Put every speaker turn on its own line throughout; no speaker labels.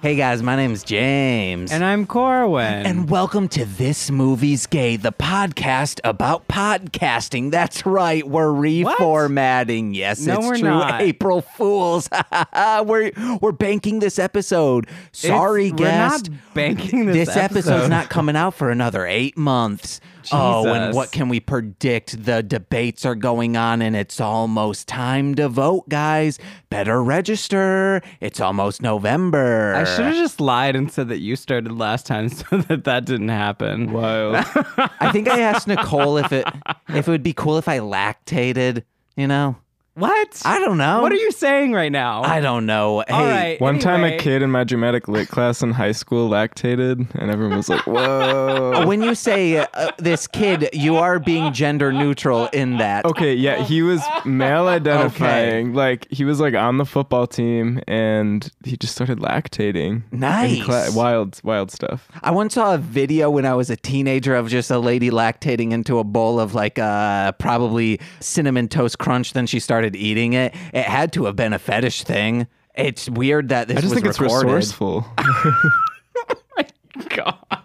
Hey guys, my name's James.
And I'm Corwin.
uh, And welcome to This Movie's Gay, the podcast about podcasting. That's right, we're reformatting. Yes,
No,
it's
we're
true.
not.
April Fools. we're we're banking this episode. Sorry,
It's-
guest.
We're not banking this,
episode's not coming out for another eight months. Oh, and
Jesus.
what can we predict? The debates are going on, and it's almost time to vote, guys. Better register. It's almost November.
I should have just lied and said that you started last time so that that didn't happen. Whoa.
I think I asked Nicole if it if it would be cool if I lactated. You know,
what?
I don't know.
what are you saying right now?
I don't know. Hey,
All right.
One time a
anyway.
kid in my dramatic lit class in high school lactated, and everyone was like, whoa.
when you say uh, this kid, you are being gender neutral in that.
Okay, yeah, he was male identifying. Like, he was like on the football team, and he just started lactating. in
Nice.
cla- wild, wild stuff.
I once saw a video when I was a teenager of just a lady lactating into a bowl of like uh, probably cinnamon toast crunch. Then she started eating it. It had to have been a fetish thing. It's weird that this
I
was
just think it's
recorded.
resourceful.
God.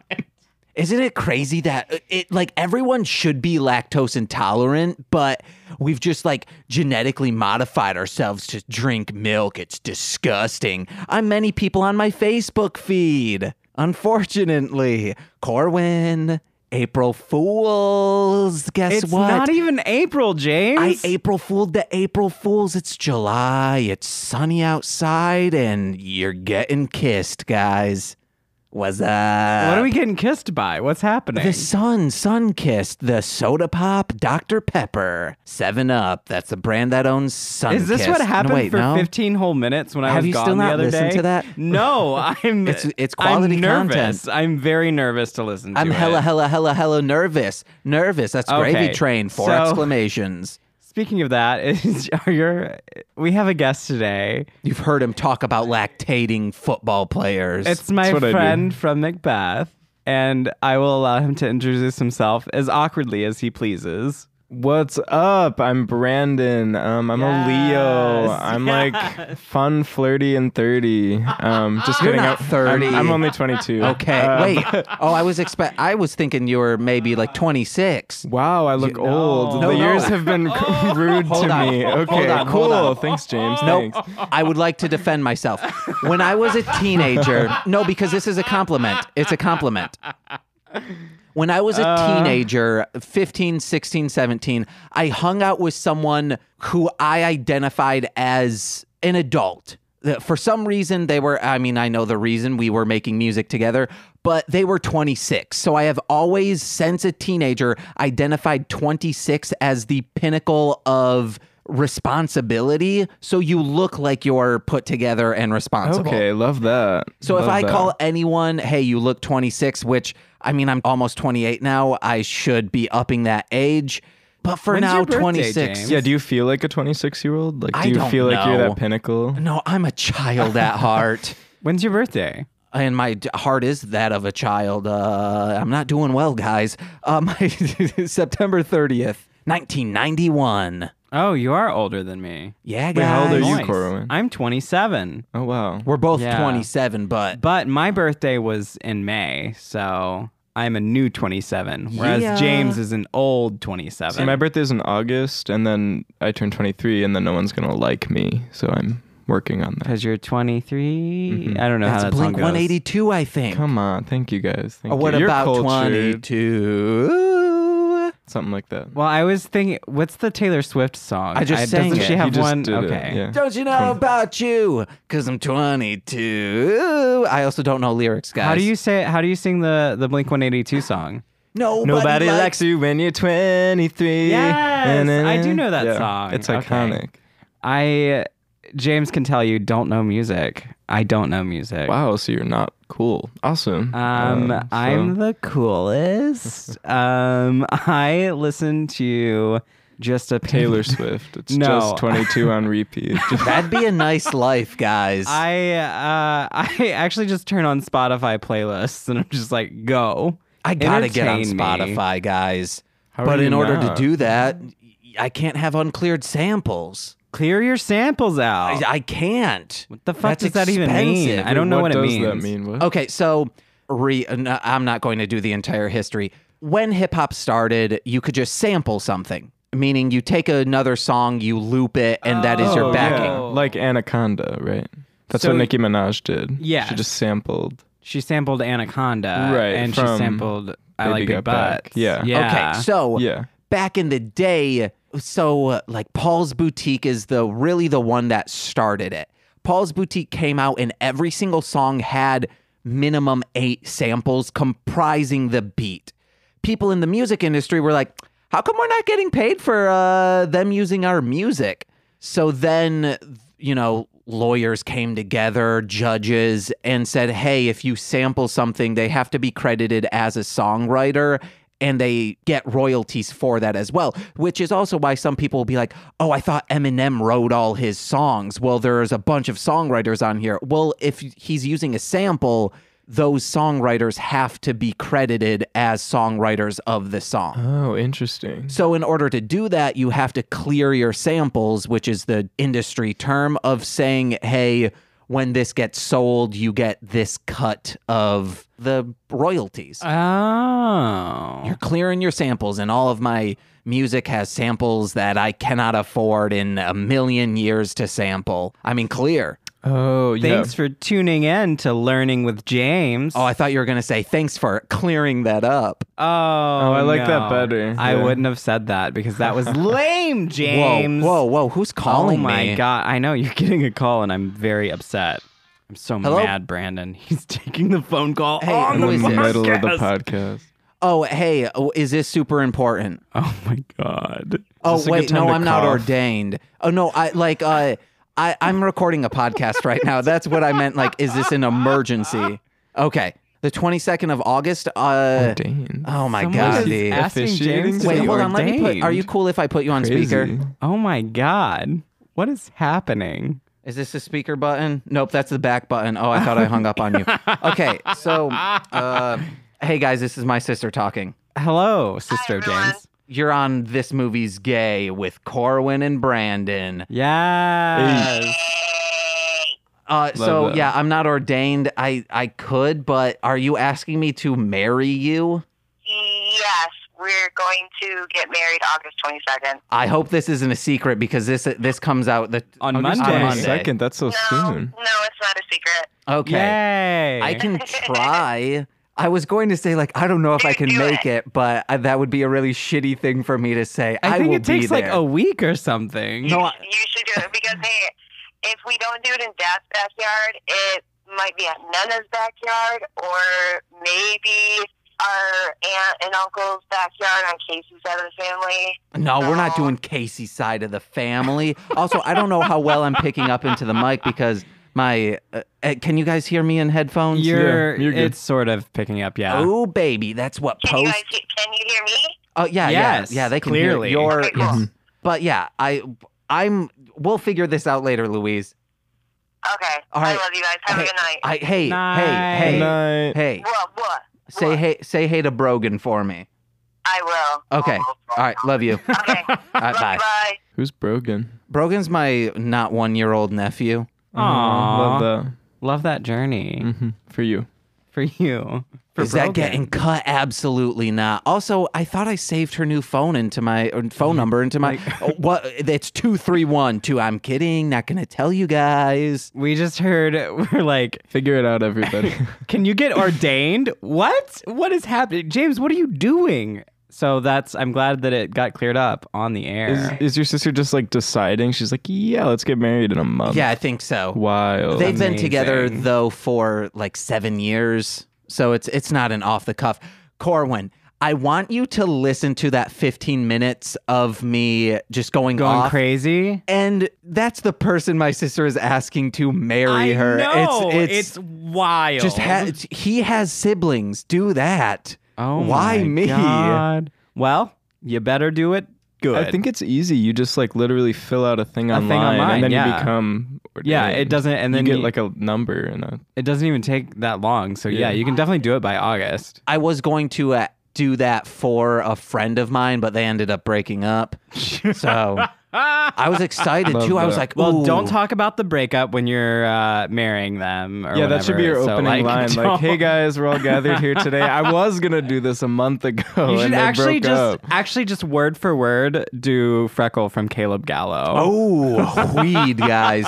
Isn't it crazy that uh, it like everyone should be lactose intolerant, but we've just like genetically modified ourselves to drink milk. It's disgusting. I'm many people on my Facebook feed. Unfortunately, Corwin, April Fools. Guess
It's
what?
not even April,
I
James.
April Fooled the April Fools. It's July. It's sunny outside, and you're getting kissed, guys. What's up?
what are we getting kissed by? What's happening?
The Sun, Sun Kissed, the Soda Pop, Dr. Pepper, 7 Up. That's the brand that owns Sun
Is this
Kissed.
what happened
no, wait,
for
no?
15 whole minutes when I
Have
was
you
gone
still
the
not
other
listened
day?
to that?
No, I'm.
It's- it's quality
I'm nervous.
content.
I'm very nervous to listen to
I'm
it.
hella, hella, hella, hella nervous. Nervous. That's Gravy
Okay,
Train. Four
so-
exclamations.
Speaking of that, is, are your, we have a guest today.
You've heard him talk about lactating football players.
It's my
what I do.
friend from Macbeth, and I will allow him to introduce himself as awkwardly as he pleases.
What's up? I'm Brandon. Um, I'm a Leo.
Yes,
I'm like fun, flirty, and thirty. Um, just
You're
kidding.
not
I'm-
30.
I'm, I'm only 22.
okay.
Um,
wait. Oh, I was expect. I was thinking you were maybe like 26.
Wow, I look old.
No,
the
no. Oh.
years have been rude
Hold
to
on.
me.
Hold
Okay,
on,
cool.
hold on.
Thanks, James.
Nope.
Thanks.
I would like to defend myself. When I was a teenager, no, because this is a compliment. It's a compliment. When I was a teenager, 15, 16, 17, I hung out with someone who I identified as an adult. The- For some reason, they were, I mean, I know the reason we were making music together, but they were 26. So I have always, since a teenager, identified 26 as the pinnacle of responsibility. So you look like you're put together and responsible.
Okay, love that.
So if
Love
I
that.
call anyone, hey, you look 26, which I mean, I'm almost 28 now. I should be upping that age. But for
When's
now,
your birthday,
26.
James?
yeah, do you feel like a 26 year old? Like, do
I
you
don't
feel like you're
know.
that pinnacle?
No, I'm a child at heart.
When's your birthday?
And my d- heart is that of a child. Uh, I'm not doing well, guys. Uh, my September 30th, 1991.
Oh, you are older than me.
Yeah,
Wait, how
guys.
old are you,
Nice.
Corwin?
I'm 27,
Oh wow.
We're both
Yeah.
27, but
ah,
but my birthday was in May, so I'm a new 27, whereas
Yeah.
James is an old
See,
27.
my birthday's in August, and then I turn 23, and then no one's gonna like me. So I'm working on that.
because you're 23.
Mm-hmm.
I don't know
that's
how that
Blink
song goes.
182, I think.
Come on, thank you guys. Thank
Or Uh, what
you. You're
about
cultured.
22?
Something like that.
Well, I was thinking, what's the Taylor Swift song?
I just sang
doesn't
it.
she
You
have
You just
one?
did it,
okay.
yeah.
Don't you know about you? Cause I'm 22. I also don't know lyrics, guys.
How do you say? How do you sing the the Blink One Eighty Two song?
Nobody,
Nobody
likes,
likes you when you're 23.
Yes,
Na-na-na.
I do know that song.
It's
Okay.
iconic.
I James can tell you don't know music. I don't know music.
Wow, so you're not cool. Awesome.
Um,
Oh,
so-
I'm the coolest. um, I listen to just a
Taylor Swift. It's
No.
just 22 on repeat. Just-
That'd be a nice life, guys.
I uh, I actually just turn on Spotify playlists and I'm just like go.
I gotta get on
Entertain me.
Spotify, guys.
How
but
are you
in order
not?
to do that, I can't have uncleared samples.
Clear your samples out.
I, I can't.
Oh. what the fuck
That's
does that even mean?
expensive.
I don't know what, it
does
means. Oh,
that mean? What?
Okay, so re, uh, no, I'm not going to do the entire history. When hip hop started, you could just sample something, meaning you take another song, you loop it, and that is
Oh,
your backing.
yeah.
Like Anaconda, right? That's
So-
what Nicki Minaj did.
Yes.
She just sampled.
She sampled Anaconda,
Right,
And she
from
sampled I
Baby
Like Big
Got Back.
Butts.
Yeah.
yeah.
Okay, so
Yeah.
back in the day, so uh, like Paul's Boutique is the really the one that started it. Paul's Boutique came out and every single song had minimum 8 samples comprising the beat. People in the music industry were like, "How come we're not getting paid for uh, them using our music?" So then, you know, lawyers came together, judges, and said, hey, if you sample something, they have to be credited as a songwriter and they get royalties for that as well, which is also why some people will be like, oh, I thought Eminem wrote all his songs. Well, there's a bunch of songwriters on here. Well, if he's using a sample, those songwriters have to be credited as songwriters of the song.
Oh, interesting.
So, in order to do that, you have to clear your samples, which is the industry term of saying, hey, when this gets sold, you get this cut of the royalties.
Oh.
You're clearing your samples, and all of my music has samples that I cannot afford in a million years to sample. I mean, clear.
Oh, yeah.
Thanks for tuning in to Learning with James.
Oh, I thought you were going to say thanks for clearing that up.
Oh, I
like that better.
I
Yeah.
wouldn't have said that because that was lame, James.
Whoa, whoa, whoa. Who's calling
oh my
me?
god! I know you're getting a call, and I'm very upset. I'm so
Hello?
mad, Brandon. He's taking the phone call
Hey,
on
who
the
is
in the
this?
middle of the
podcast.
podcast.
Oh, hey, oh, is this super important?
Oh my god!
Oh
this a good
wait,
time
no,
to
I'm not
cough?
ordained. Oh no, I like uh, I I'm recording a podcast right now. That's what I meant. Like, is this an emergency? Okay, the 22nd of August. Uh,
Ordained.
oh my
Someone
god,
is
dude.
asking
Officiating
James to
to
Wait,
be
hold on. Let me put. Are you
ordained.
cool if I put you on
Crazy.
speaker?
Oh my god! What is happening?
Is this the speaker button? Nope, that's the back button. Oh, I thought I hung up on you. Okay, so, uh, hey guys, this is my sister talking.
Hello, sister of
everyone.
James.
You're on this movie's gay with Corwin and Brandon.
Yes.
Uh, so
that.
yeah, I'm not ordained. I I could, but are you asking me to marry you?
Yes, we're going to get married August 22nd.
I hope this isn't a secret because this this comes out the
On
August
Monday.
Second, that's so
No,
soon.
no, it's not a secret.
Okay,
Yay.
I can try. I was going to say like I don't know if I can
Do
make it, but I, that would be a really shitty thing for me to say.
I
I,
think
will
it takes
be
like
there.
a week or something.
No,
you,
I-
you should do it because hey, if we don't do it in Dad's backyard, it might be at Nana's backyard or maybe our aunt and uncle's backyard on Casey's side of the family.
No, we're not
No.
doing Casey's side of the family. also, I don't know how well I'm picking up into the mic because my. Uh, uh, can you guys hear me in headphones?
You're,
Yeah, you're good.
it's sort of picking up, yeah.
Oh baby, that's what
Can you
post
guys he- can you hear me?
Oh yeah,
Yes,
yeah, yeah. They can
clearly.
hear your
Okay, cool.
yes. But yeah, I, I'm. We'll figure this out later, Louise.
Okay.
All
I
right.
love you guys. Have a good night.
I hey
Night.
hey hey
Good night.
hey.
what what?
Say
what?
hey say hey to Brogan for me.
I will. Oh.
Okay. All right, love you. All
Okay.
right,
Love
bye.
you, bye.
Who's Brogan?
Brogan's my not one year old nephew.
Oh, love
Aw.
that.
Love that journey
hmm For you.
for you. For
Is that
Brogan.
getting cut? Absolutely not. Also, I thought I saved her new phone into my or
Mm-hmm.
phone number into my. Oh, what? It's two three one two. I'm kidding. Not gonna tell you guys.
We just heard we're like,
Figure it out, everybody.
can you get ordained? what? What is happening? James, what are you doing? So that's I'm glad that it got cleared up on the air.
is, is your sister just like deciding? She's like, yeah, let's get married in a month.
Yeah, I think so.
Wild.
They've been
Amazing.
together though for like seven years, so it's it's not an off the cuff. Corwin, I want you to listen to that 15 minutes of me just going,
Going
off.
crazy?
And that's the person my sister is asking to marry
I
her.
know.
It's it's,
wild.
just ha- it's- he has siblings. Do that.
oh,
why
my
me?
God. Well, you better do it good.
I think it's easy. You just like literally fill out a thing
A
online,
thing online,
and then
yeah.
you become. Ordained.
Yeah, it doesn't, and then
you get
you-
like a number and a.
it doesn't even take that long. So yeah,
Yeah.
you can definitely do it by August.
I was going to uh, do that for a friend of mine, but they ended up breaking up. So I was excited
Love
too. I was
that.
like,
Well, don't
ooh.
talk about the breakup when you're uh, marrying them. Or
yeah, that should be your
whatever. So,
opening
like,
line.
don't-
Like, hey guys, we're all gathered here today. I was gonna do this a month ago.
You
and
should
they
actually
broke
just
up.
actually just word for word do freckle from Caleb Gallo.
Oh, weed, guys.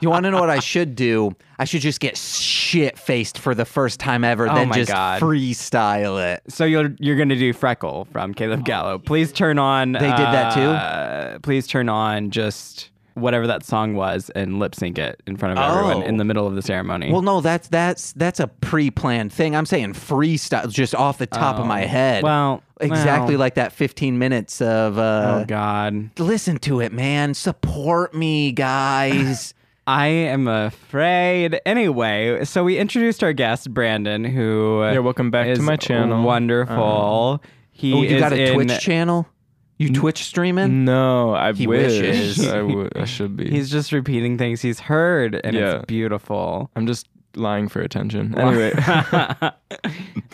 You want to know what I should do? I should just get shit faced for the first time ever,
Oh
then
my
just
God.
freestyle it.
So you're you're gonna do freckle from Caleb Gallo. Please turn on. They
Oh, did that too?
Uh, please turn on just whatever that song was and lip sync it in front of
Oh.
everyone in the middle of the ceremony.
Well, no, that's that's that's a pre-planned thing. I'm saying freestyle, just off the top of my head.
Oh. well,
exactly
well.
like that 15 minutes of. Uh,
oh God,
Listen to it, man. Support me, guys.
I am afraid. Anyway, so we introduced our guest Brandon, who
Yeah, welcome back to
is
my channel. Uh-huh.
Wonderful. he
oh, you
is
got a
in-
Twitch channel? You Twitch streaming?
No, I
He
wish
wishes.
I, w- I should be.
He's just repeating things he's heard, and
Yeah.
it's beautiful.
I'm just lying for attention. Anyway,
uh,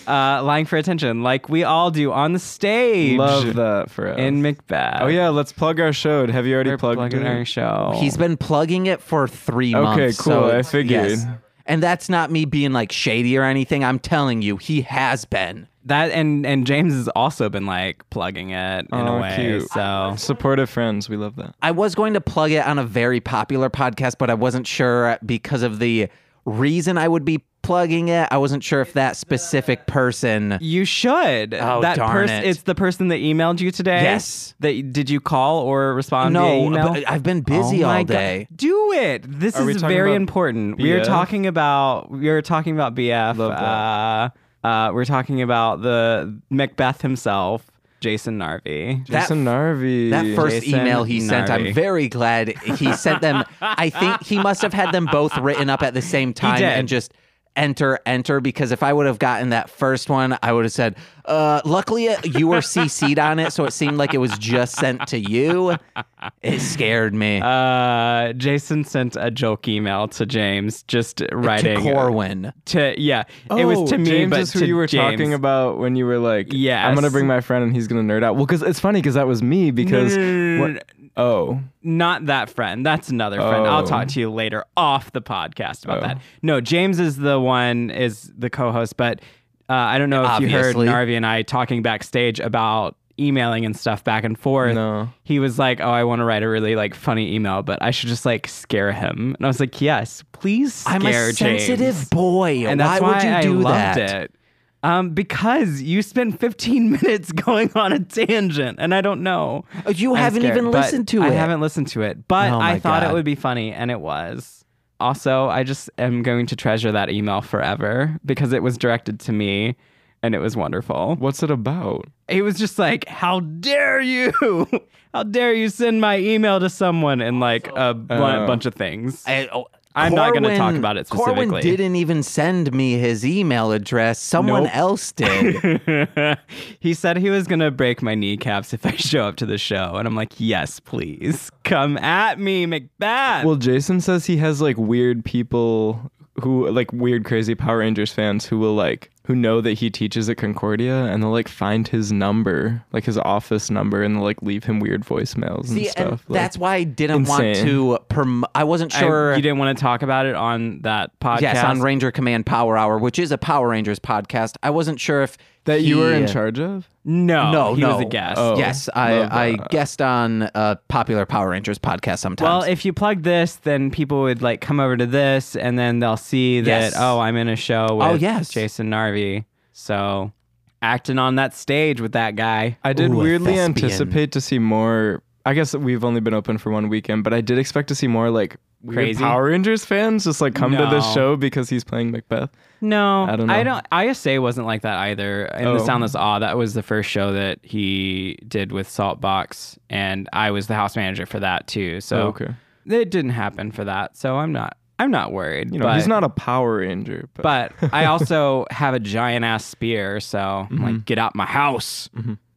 lying for attention, like we all do on the stage
love that for us.
in Macbeth.
oh yeah, let's plug our show. Have you already
We're
plugged
plugging
it?
our show.
He's been plugging it for three
Okay,
months.
cool.
so
I
it's-
figured.
yes. And that's not me being like shady or anything. I'm telling you, he has been.
that, and and James has also been like plugging it in
Aw,
a way.
Oh, cute.
So
Supportive friends, we love that.
I was going to plug it on a very popular podcast, but I wasn't sure because of the reason I would be plugging it. I wasn't sure if that specific person.
you should.
Oh,
that
darn
person.
it.
It's the person that emailed you today.
Yes.
That did you call or respond via
No,
email?
but I've been busy
Oh my
all
God.
day.
Do it. This
Are we
is
talking
very
about
important. We are
BF?
talking about we are talking about BF.
Love that.
Uh, uh, we're talking about the Macbeth himself, Jason Narvi.
That
Jason Narvi.
That first
Jason
email he sent,
Narvi.
I'm very glad he sent them. I think he must have had them both written up at the same time
did.
and just enter, enter. Because if I would have gotten that first one, I would have said, uh, luckily uh, you were CC'd on it. So it seemed like it was just sent to you. It scared me.
Uh, Jason sent a joke email to James, just writing
to Corwin.
to- yeah, it was to me,
Oh, James
but
is who
to
you were
James.
talking about when you were like, I'm gonna
Yes.
bring my friend and he's gonna nerd out." Well, because it's funny because that was me. Because
no, no, no,
what-
no,
oh,
Not that friend. That's another friend. I'll
Oh.
talk to you later off the podcast about
Oh.
that. No, James is the one is the co-host, but uh, I don't know if
Obviously.
you heard Narvi and I talking backstage about emailing and stuff back and forth.
No.
He was like, "Oh, I want to write a really like funny email, but I should just like scare him." And I was like, "Yes, please scare
I'm a
James."
sensitive boy.
And
why,
that's why,
would you
I
do
loved
that?
it. Um, because you spent 15 minutes going on a tangent, and I don't know.
Oh, You
I'm
haven't
scared,
even
but
listened to it.
I haven't listened to it, but
Oh
I
my
thought it
God.
would be funny, and it was. Also, I just am going to treasure that email forever because it was directed to me and it was wonderful.
what's it about?
It was just like, How dare you? How dare you send my email to someone and like a bu-
Oh.
bunch of things?
I, oh,
I'm not gonna
Corwin-
talk about it specifically.
Corwin didn't even send me his email address. Someone
Nope.
else did.
he said he was gonna break my kneecaps if I show up to the show, and I'm like, yes, please come at me, Macbeth.
Well, Jason says he has like weird people who like weird crazy Power Rangers fans who will like who know that he teaches at Concordia and they'll like find his number, like his office number, and they'll like leave him weird voicemails and
See,
stuff.
and
like-
that's why I didn't want
insane.
to promote. I wasn't
I-
sure.
you didn't want to talk about it on that podcast.
yes, on Ranger Command Power Hour, which is a Power Rangers podcast. I wasn't sure if
that you were
he-
in charge of.
no,
No,
he
no.
was a guest.
Oh.
yes, I,
love
I
that.
guest on a popular Power Rangers podcast sometimes.
Well, if you plug this, then people would like come over to this, and then they'll see that
Yes.
oh, I'm in a show with
Oh, yes.
Jason Narvi. So acting on that stage with that guy.
I did
Ooh, a
weirdly
thespian.
anticipate to see more. I guess we've only been open for one weekend, but I did expect to see more like weird
Crazy?
Power Rangers fans just like come to this
No.
show because he's playing Macbeth.
No,
I don't know.
I don't. ISA wasn't like that either. And
Oh.
the Soundless Awe, that was the first show that he did with Saltbox, and I was the house manager for that too. So
Oh, okay.
it didn't happen for that. So I'm not. I'm not worried.
You know,
but,
he's not a Power Ranger, but,
But I also have a giant ass spear, so I'm
Mm-hmm.
like, get out my house.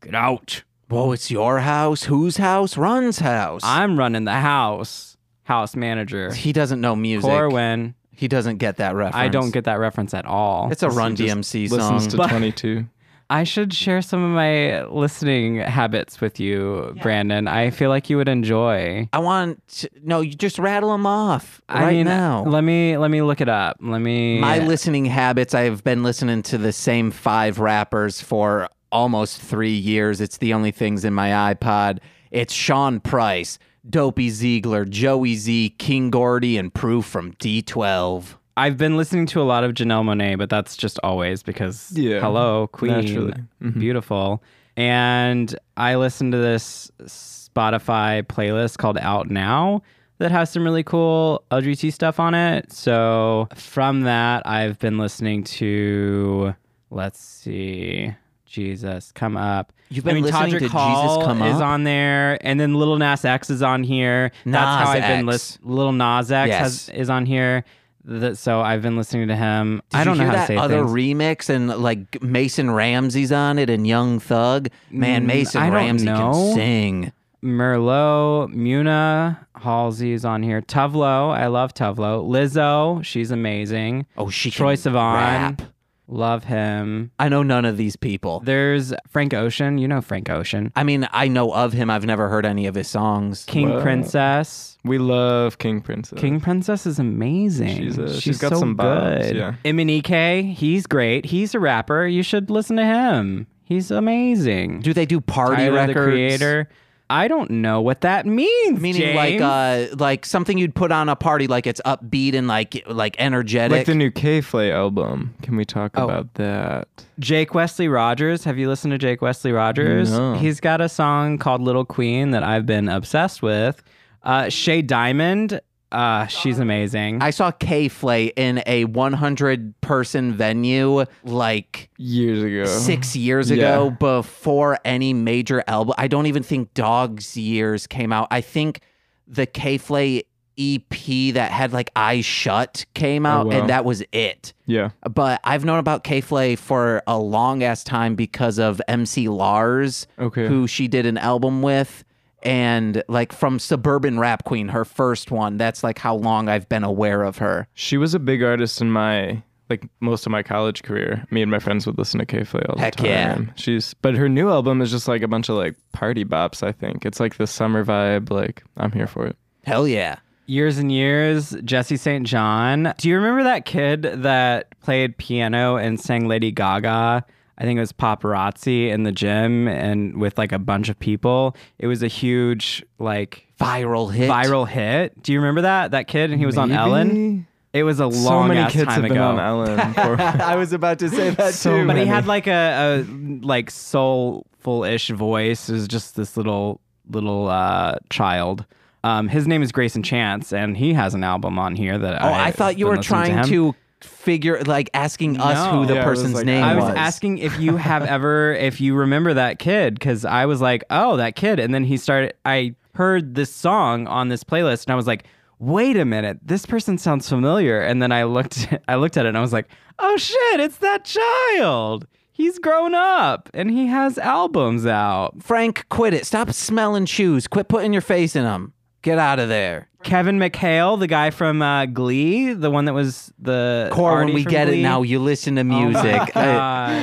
Get out.
whoa, it's your house. Whose house? Run's house.
I'm running the house. House manager
he doesn't know music.
Corwin.
He doesn't get that reference.
I don't get that reference at all.
It's a Run
just
DMC
listens
song.
to
But-
22.
I should share some of my listening habits with you, Brandon. I feel like you would enjoy.
I want to, no, you just rattle them off right
I mean,
now.
let me let me look it up. Let me.
My listening habits, I've been listening to the same five rappers for almost three years. It's the only things in my iPod. It's Sean Price, Dopey Ziegler, Joey Z, King Gordy, and Proof from D12.
I've been listening to a lot of Janelle Monet, but that's just always because
Yeah,
hello, Queen,
naturally. Mhm.
beautiful. And I listen to this Spotify playlist called Out Now that has some really cool LGBT stuff on it. So from that, I've been listening to let's see, Jesus come up.
You've been listening to Jesus
Hall
Come
is
Up?
on there, and then Little Nas X is on here. That's how
Nas
I've been
X.
listening. Little Nas X
Yes.
has, is on here. That so I've been listening to him.
Did
I don't
you
know
hear
how
that
to say
other
things.
remix and like Mason Ramsey's on it and Young Thug. Man,
Mm,
Mason
I don't
Ramsey
know.
can sing.
Merlot, Muna, Halsey is on here. Tuvlo, I love Tuvlo. Lizzo, she's amazing.
Oh, she
Troye
can
Sivan.
rap.
Love him.
I know none of these people.
There's Frank Ocean. You know Frank Ocean.
I mean, I know of him. I've never heard any of his songs.
King
Whoa.
Princess.
We love King Princess.
King Princess is amazing.
She's, uh,
she's
she's got
so
some bobs,
good.
yeah.
Emenike, he's great. He's a rapper. You should listen to him. He's amazing.
Do they do party
Tyler, the
records?
creator. I don't know what that means.
Meaning like
James.
uh like something you'd put on a party like it's upbeat and like like energetic.
like the new K Flay album. Can we talk
Oh.
about that?
Jake Wesley Rogers. Have you listened to Jake Wesley Rogers?
No.
He's got a song called Little Queen that I've been obsessed with. Uh, Shay Diamond. Uh, she's amazing.
I saw K Flay in a 100 person venue like
Years ago.
six years
Yeah.
ago before any major album. I don't even think Dog's Years came out. I think the K Flay EP that had like Eyes Shut came out,
wow.
and that was it.
Yeah.
But I've known about K Flay for a long ass time because of MC Lars,
Okay.
who she did an album with. And like from Suburban Rap Queen, her first one, that's like how long I've been aware of her.
She was a big artist in my like most of my college career. Me and my friends would listen to K Flay all
Heck
the time.
yeah.
She's but her new album is just like a bunch of like party bops, I think. It's like the summer vibe, like I'm here for it.
Hell yeah.
years and years. Jesse St. John. Do you remember that kid that played piano and sang Lady Gaga? I think it was paparazzi in the gym and with like a bunch of people. It was a huge like
Viral hit.
viral hit. Do you remember that that kid? And he was on Ellen. It was a
So
long
many
ass
kids
time
have
ago.
been on Ellen for
I was about to say that
So
too.
But he
many.
had like a, a like soulful ish voice. It was just this little little uh, child. Um, his name is Grayson Chance, and he has an album on here that.
Oh, I, thought you were trying to, figure, like asking us
No.
who the
Yeah, it was
person's
like-
name
I was
was.
asking if you have ever, if you remember that kid, because I was like, oh, that kid. And then he started, I heard this song on this playlist and I was like, wait a minute, this person sounds familiar. And then I looked, I looked at it and I was like, oh shit, it's that child. He's grown up and he has albums out.
Frank, quit it. Stop smelling shoes. Quit putting your face in them. Get out of there.
Kevin McHale, the guy from uh, Glee, the one that was the
Core, when
Artie
we
from
get it
Glee.
now, you listen to
Oh my
music. I,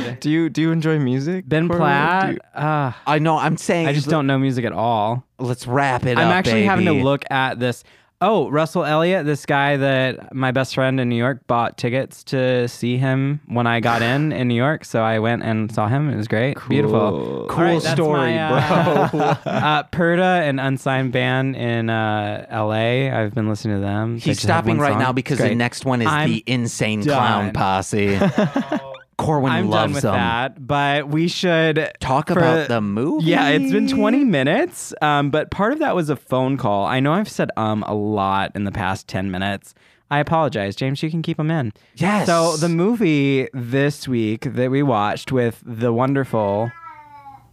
God.
Do you do you enjoy music?
Ben
Cora? Do
Platt.
you-
Uh,
I know. I'm saying.
I just don't know music at all.
Let's wrap it up.
I'm actually having to
baby.
look at this. Oh, Russell Elliott, this guy that my best friend in New York bought tickets to see him when I got in in New York. So I went and saw him. It was great. Beautiful.
Cool.
Cool
All right, that's
story,
my, uh, uh, Perda, an unsigned band in uh, LA. I've been listening to them. They
He's
just have
stopping
one
right
song.
now
It's
because
great.
the next one is
I'm
the Insane
done.
Clown Posse. Corwin
I'm
loves
done with
them.
that, but we should
Talk
for-
about the movie.
Yeah, it's been 20 minutes. Um, but part of that was a phone call. I know I've said um a lot in the past 10 minutes. I apologize, James. You can keep them in.
Yes.
So the movie this week that we watched with the wonderful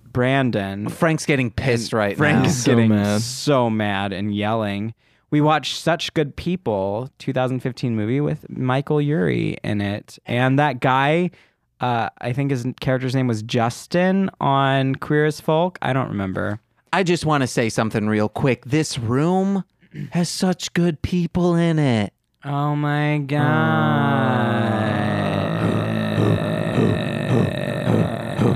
Brandon.
Frank's getting pissed right
Frank
now.
is
So
getting
mad.
so mad and yelling. We watched Such Good People, 2015 movie with Michael Yuri in it, and that guy. Uh, I think his character's name was Justin on Queer as Folk. I don't remember.
I just want to say something real quick. This room has such good people in it.
Oh my god!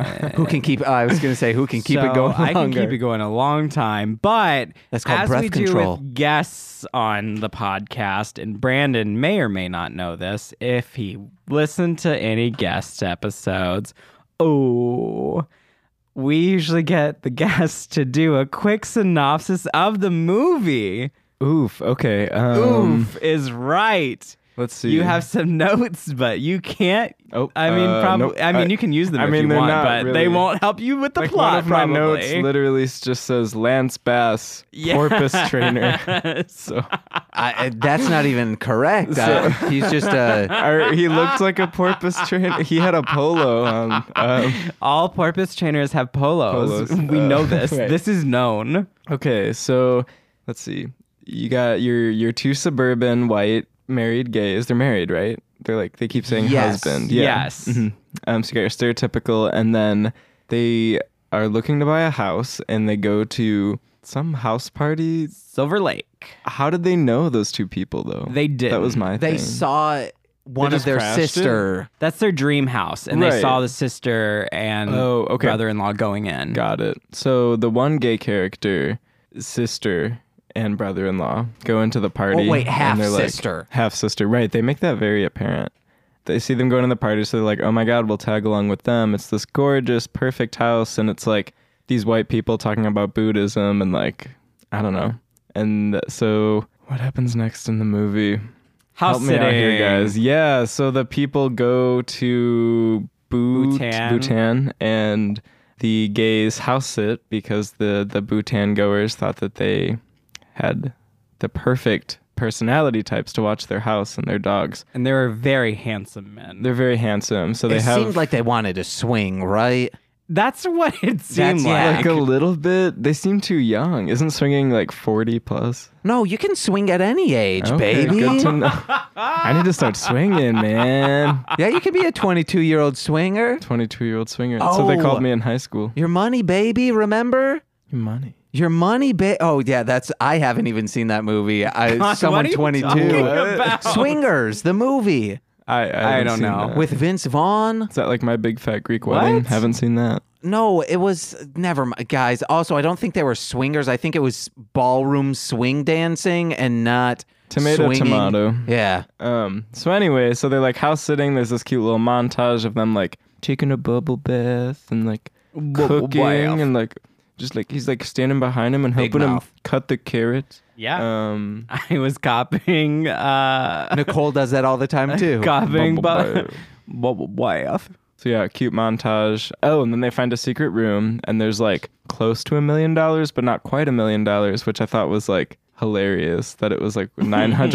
Who can keep? I was going to say who can keep
So
it going
I can
longer.
keep it going a long time, but
That's called
as
breath
we
control.
do with guests on the podcast, and Brandon may or may not know this if he listened to any guest episodes. Oh, we usually get the guests to do a quick synopsis of the movie.
Oof. Okay. Um,
uh, Oof is right.
Let's see.
You have some notes, but you can't.
Oh,
I mean,
uh,
probably.
nope.
I mean,
I-
you can use them
I
if
mean,
you
they're
want,
not
but they
really-
one help you with the
like
plot.
one of my
probably.
notes literally just says Lance Bass, porpoise trainer.
Yes.
So
I, I- that's not even correct. I- he's just uh, a.
or he looked like a porpoise trainer. He had a polo on. Um,
All porpoise trainers have polos.
Polos,
we
uh,
know this.
right.
This is known.
Okay, so let's see. You got your your two suburban white married gays. They're married, right? They're like they keep saying
Yes.
husband. Yeah.
Yes.
Mhm. Um, so you got your stereotypical, and then they are looking to buy a house, and they go to some house party.
Silver Lake.
How did they know those two people though?
They did.
That was my.
They
thing.
saw one of
just
their
crashed it?
sister.
That's their dream house, and they
Right.
saw the sister and
Oh, okay.
brother-in-law going in.
Got
Mm-hmm.
it. So the one gay character, sister, and brother-in-law go into the party.
Oh, wait,
and they're like-
half-sister.
half sister, right? They make that very apparent. They see them going to the party, so they're like, "Oh my god, we'll tag along with them." It's this gorgeous, perfect house, and it's like these white people talking about Buddhism and like I don't know. And so, what happens next in the movie?
House
Help me out here,
sitting.
guys. Yeah, so the people go to Boot,
Bhutan.
Bhutan. and the gays house sit because the the Bhutan goers thought that they had the perfect personality types to watch their house and their dogs.
And they were very handsome men.
They're very handsome, so they
It
have
seemed like they wanted to swing, right?
That's what it seemed
That's- yeah,
like.
like a little bit. They seem too young. Isn't swinging like forty plus?
No, you can swing at any age,
Okay,
baby.
good to know. I need to start swinging, man.
yeah, you can be a 22 year old swinger.
Twenty-two year old swinger. That's what they
Oh.
called me in high school.
Your money, baby. Remember
Money.
your money, ba- Oh yeah, that's. I haven't even seen that movie. I
God,
someone
what are you
22.
talking about?
Swingers, the movie
I I,
I
haven't
don't
seen
know.
that.
with Vince Vaughn.
is that like my big fat Greek wedding?
What?
Haven't seen that.
No, it was never mind, guys. Also, I don't think they were swingers. I think it was ballroom swing dancing and not
Tomato,
swinging.
tomato.
Yeah,
Um. So anyway, so they're like house sitting. There's this cute little montage of them like taking a bubble bath and like
Bubble
cooking
bath.
and like just like he's like standing behind him and
Big
helping him
mouth.
cut the carrots.
yeah.
Um.
I was copying uh
Nicole does that all the time too.
copying
Bubble
but bubble bath.
So yeah, cute montage. Oh, and then they find a secret room and there's like close to a million dollars, but not quite a million dollars, which I thought was like hilarious that it was like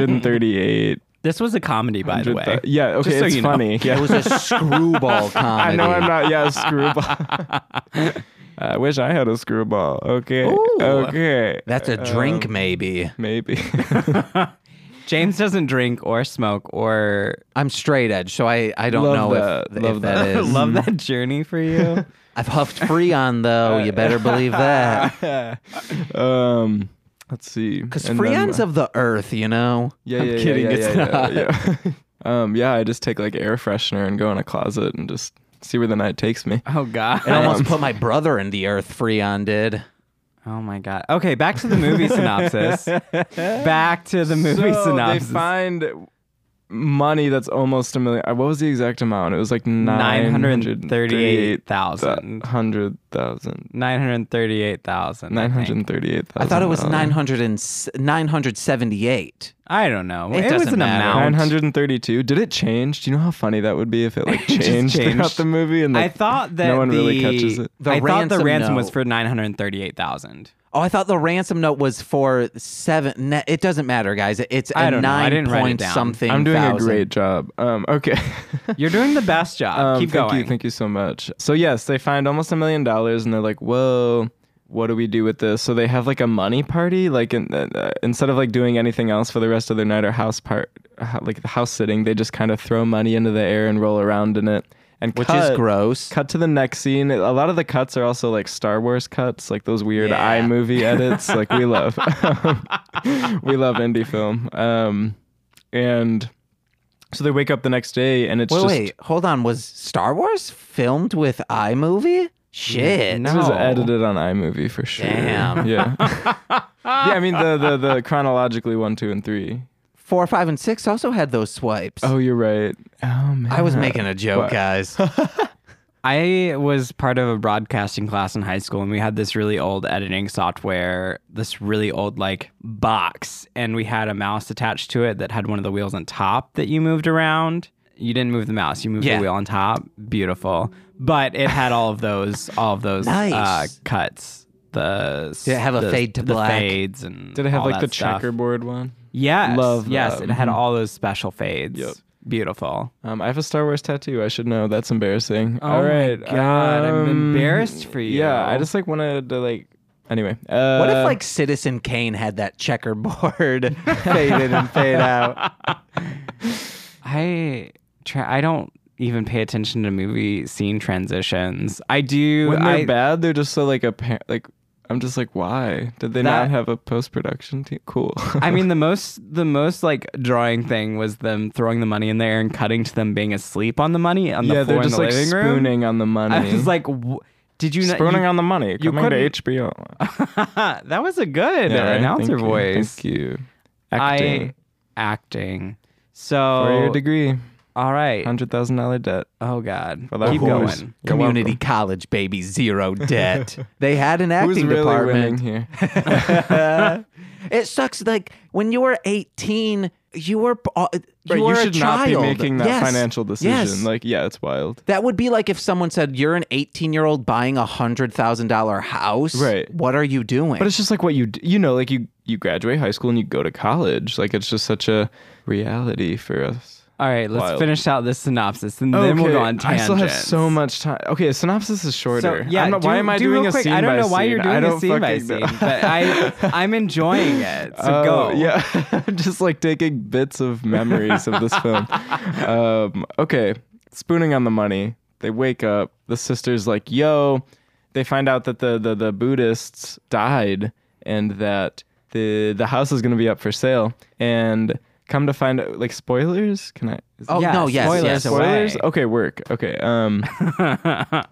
938
This was a comedy, by the way.
Yeah, okay,
Just so
it's
you know.
funny. Yeah.
It was a screwball comedy.
I know I'm not. Yeah, screwball. I wish I had a screwball. Okay.
Ooh.
Okay.
That's a drink, maybe.
Maybe.
James doesn't drink or smoke or
I'm straight edge, so I, I don't
Love
know if,
that,
if
love
that
that.
is.
love that journey for you.
I've huffed Freon though. You better believe that.
um, let's see.
Because
And then-
Freon's of the earth, you know.
Yeah,
I'm
yeah, yeah,
kidding.
yeah,
it's
yeah,
not.
Yeah, yeah. um, yeah, I just take like air freshener and go in a closet and just see where the night takes me.
oh god.
I almost put my brother in the earth. Freon did.
oh my god. Okay, back to the movie synopsis. Back to the movie
so
synopsis.
They find money that's almost a million. uh, What was the exact amount? It was like nine hundred thirty-eight
938,000.
thousand. Hundred thousand.
938,000. I
Nine
think.
hundred thirty-eight
I
thousand.
thought it was 900 and, s- 978.
I don't know.
It
It, was
doesn't
an
matter.
amount.
Nine hundred and thirty-two. Did it change? Do you know how funny that would be if it like
Just
changed, throughout
changed.
the movie? And
I
like,
thought that
no one
the,
really catches it.
The
I thought the
ransom
ransom
note.
was for 938,000.
Oh, I thought the ransom note was for seven. ne- It doesn't matter, guys. It's a
I don't know. I
nine
didn't write it
point
down.
something.
I'm doing a
thousand.
great job. Um, okay.
You're doing the best job.
Um,
Keep
thank
going.
you, thank you so much. So yes, they find almost a million dollars, and they're like, "Whoa, what do we do with this?" So they have like a money party, like in, uh, uh, instead of like doing anything else for the rest of their night or house part, ho- like the house sitting, they just kind of throw money into the air and roll around in it. And
Which
cut,
is gross.
Cut to the next scene. A lot of the cuts are also like Star Wars cuts, like those weird
Yeah.
iMovie edits. like we love, we love indie film. Um, and so they wake up the next day, and it's
Wait,
just
wait, hold on. Was Star Wars filmed with iMovie? Shit.
No.
It was edited on iMovie for sure.
Damn.
Yeah. yeah, I mean the, the the chronologically one, two, and three.
Four, five, and six also had those swipes.
Oh, you're right. Oh man.
I was making a joke,
What?
guys.
I was part of a broadcasting class in high school, and we had this really old editing software, this really old like box, and we had a mouse attached to it that had one of the wheels on top that you moved around. You didn't move the mouse; you moved
Yeah.
the wheel on top. Beautiful, but it had all of those, all of those
Nice.
uh, cuts. The
Did it have a
the-
fade to
the
black?
Fades and
Did it have
all
like
that
the
stuff.
checkerboard one?
Yes,
Love
yes,
that.
it had
Mhm.
all those special fades.
Yep.
Beautiful.
Um, I have a Star Wars tattoo. I should know. That's embarrassing.
Oh
All
my
right. Um,
God, I'm embarrassed for you.
Yeah, I just like wanted to like. Anyway, uh,
What if like Citizen Kane had that checkerboard fade in and fade out?
I try. I don't even pay attention to movie scene transitions. I do.
when they're
I,
bad, they're just so like apparent. Like I'm just like, why did they
That-
not have a post production team? Cool.
I mean, the most the most like drawing thing was them throwing the money in there and cutting to them being asleep on the money on
yeah,
the floor
they're
in
just
the
like
living room.
spooning on the money.
I was like, w- did you not?
spooning
You,
on the money.
you
Coming
couldn't-
to HBO.
that was a good
Yeah, right?
announcer
Thank you,
voice.
Thank you.
I
Acting.
acting.
for your
So
degree,
all right.
hundred thousand dollar debt.
Oh God,
For that
keep
voice.
going.
You're
Community
welcome.
college baby, zero debt. they had an
Who's
acting
really winning
department.
here?
It sucks. Like when you were 18, you were uh, you
Right,
were
you
a
should not be
child.
making that
Yes.
financial decision.
Yes.
Like, yeah, it's wild.
That would be like if someone said, "You're an 18 year old buying a hundred thousand dollar house.
Right.
What are you doing?"
But it's just like what you d- you know, like you you graduate high school and you go to college. Like it's just such a reality for us.
All right, let's
Wild.
finish out this synopsis and then we'll go on
I
tangents.
still have so much time. Okay, synopsis is shorter.
So, yeah,
I'm not-
do-
why am I
do
doing
real
a
quick.
scene
I don't
by
know why you're
scene?
doing
I
a
don't
scene by
fucking
scene,
know.
but I I'm enjoying it. So
Oh,
go.
Yeah, just like taking bits of memories of this film. Um, okay, spooning on the money. They wake up. The sister's like, "Yo," they find out that the the, the Buddhists died and that the the house is going to be up for sale. And come to find out, like spoilers. Can I? is-
oh
Yeah,
no, yes,
spoilers,
yes.
spoilers. away.
Okay, work. Okay. Um.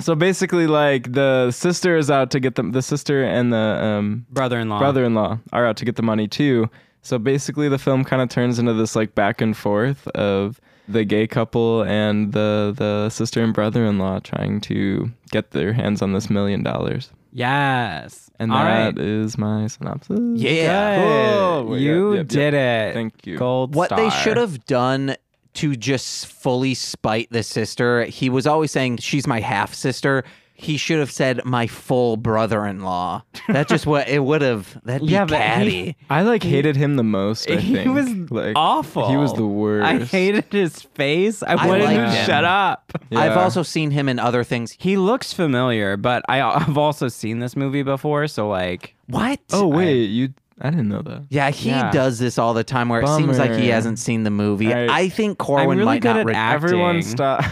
so basically, like the sister is out to get them. The sister and the um
Brother-in-law.
brother-in-law are out to get the money too. So basically, the film kind of turns into this like back and forth of the gay couple and the the sister and brother-in-law trying to get their hands on this million dollars.
Yes.
And uh,
All right.
that is my synopsis.
Yeah.
Cool.
Good. You
Oh, Yep, yep,
did it.
Thank you.
Gold
What they
star.
should have done to just fully spite the sister, he was always saying, She's my half sister. He should have said, My full brother in law. That just what it would have. That'd be
Yeah, but
catty.
he-
I like hated him the most. I
He
think.
was
like,
awful.
He was the worst.
I hated his face. I
I
wanted him
liked
to
him.
shut up.
I've
Yeah.
also seen him in other things.
He looks familiar, but I, I've also seen this movie before. So like,
What?
Oh wait, you. I didn't know that.
Yeah, he
Yeah.
does this all the time where it seems like he
Bummer.
hasn't seen the movie.
I-
I think Corwin
really
might
good
not
at
re-
act-
Everyone,
Acting.
stop.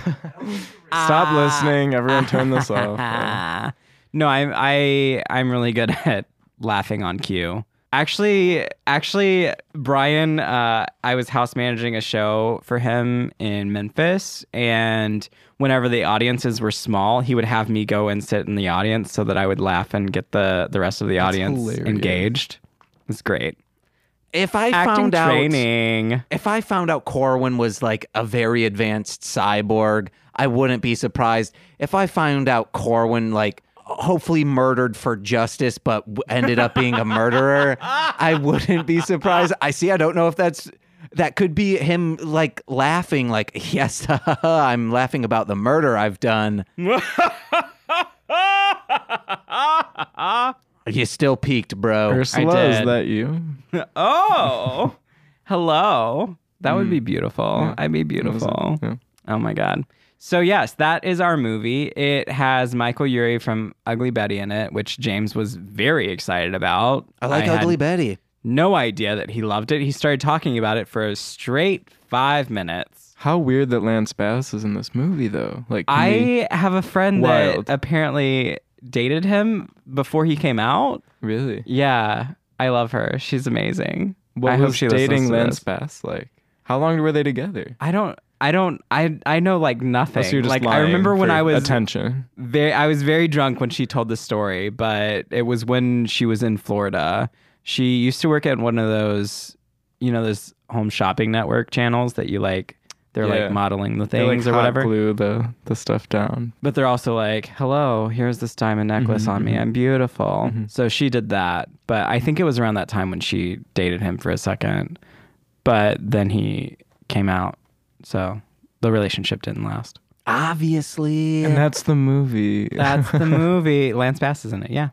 stop listening. Everyone, turn this off.
Ah. no, I'm I I'm really good at laughing on cue. Actually, actually, Brian, uh, I was house managing a show for him in Memphis, and whenever the audiences were small, he would have me go and sit in the audience so that I would laugh and get the the rest of the audience
hilarious.
engaged. It's great.
If I
Acting
found out
training.
if I found out Corwin was like a very advanced cyborg, I wouldn't be surprised. If I found out Corwin like hopefully murdered for justice but w- ended up being a murderer, I wouldn't be surprised. I see. I don't know if that's that could be him like laughing like yes i'm laughing about the murder i've done you still peaked bro
Ursula, is
did.
that you?
Oh, hello. That would be beautiful. I'd be
Hmm. That was it.
beautiful.
Yeah.
Oh my God. So, yes, that is our movie. It has Michael Yuri from Ugly Betty in it, which James was very excited about.
i like
had
ugly betty
No idea that he loved it. He started talking about it for a straight five minutes.
How weird that Lance Bass is in this movie, though. Like, can we-
I have a friend
Hmm. Wild.
that apparently dated him before he came out.
really.
Yeah, I love her. She's amazing.
What
I
was
hope she listens
dating
to
Lance
this.
Bass like? How long were they together?
I don't. I don't. I I know like nothing.
Unless you're just
like I
lying
remember when
for
I was
attention.
very I was very drunk when she told the story, but it was when she was in Florida. She used to work at one of those, you know, those home shopping network channels that you like. They're
Yeah.
like modeling the
They,
things
like,
or
hot
whatever.
Glue the the stuff down.
But they're also like, "Hello, here's this diamond necklace on me. I'm beautiful." So she did that, but I think it was around that time when she dated him for a second. But then he came out, so the relationship didn't last.
Obviously.
And that's the movie.
That's the movie. Lance Bass is in it. Yeah.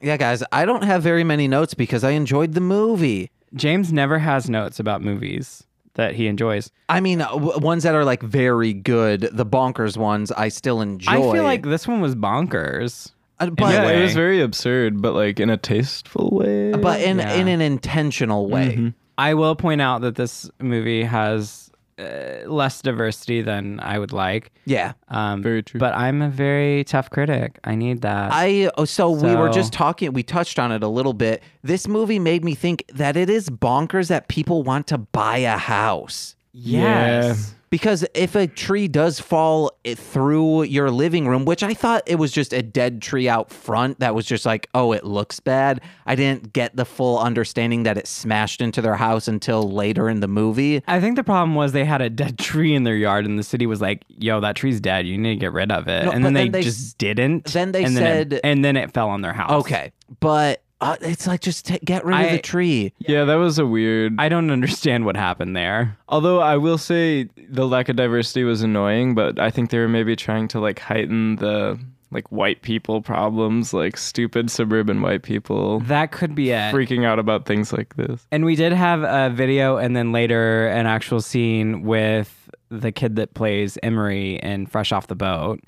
yeah, guys, I don't have very many notes because I enjoyed the movie.
James never has notes about movies that he enjoys.
I mean, uh, w- ones that are like very good, the bonkers ones, I still enjoy.
I feel like this one was bonkers.
Uh, but,
yeah, it
way.
was very absurd, but like in a tasteful way.
but in
Yeah. Mm-hmm.
in an intentional way.
I will point out that this movie has uh, less diversity than I would like.
Yeah.
Um,
Very true.
But I'm a very tough critic. I need that.
I oh, so, we were
So-
just talking. We touched on it a little bit. This movie made me think that it is bonkers that people want to buy a house
yes.
because if a tree does fall i- through your living room, which I thought it was just a dead tree out front that was just like, oh, it looks bad. I didn't get the full understanding that it smashed into their house until later in the movie.
I think the problem was they had a dead tree in their yard, and the city was like, "Yo, that tree's dead. You need to get rid of it."
No,
and
but
then they,
then they s-
just didn't.
then they
and then it-
said-
and then it fell on their house.
Okay, but uh, it's like just t- get rid of
I-
the tree.
yeah, that was a weird.
I don't understand what happened there.
Although I will say the lack of diversity was annoying, but I think they were maybe trying to like heighten the like white people problems, like stupid suburban white people
That could be it.
freaking out about things like this.
And we did have a video and then later an actual scene with the kid that plays Emery in Fresh Off the Boat,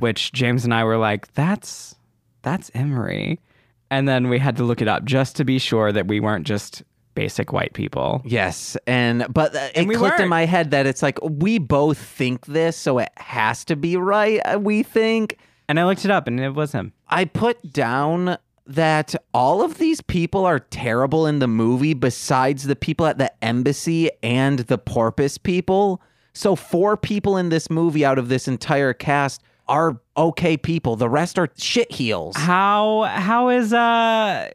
which James and I were like, that's that's Emery. And then we had to look it up just to be sure that we weren't just basic white people.
Yes, and but uh, it
we
clicked in
weren't.
my head that it's like we both think this, so it has to be right. uh, We think.
And I looked it up and it was him.
I put down that all of these people are terrible in the movie, besides the people at the embassy and the porpoise people. So four people in this movie out of this entire cast are okay people. The rest are shit heels.
How how is uh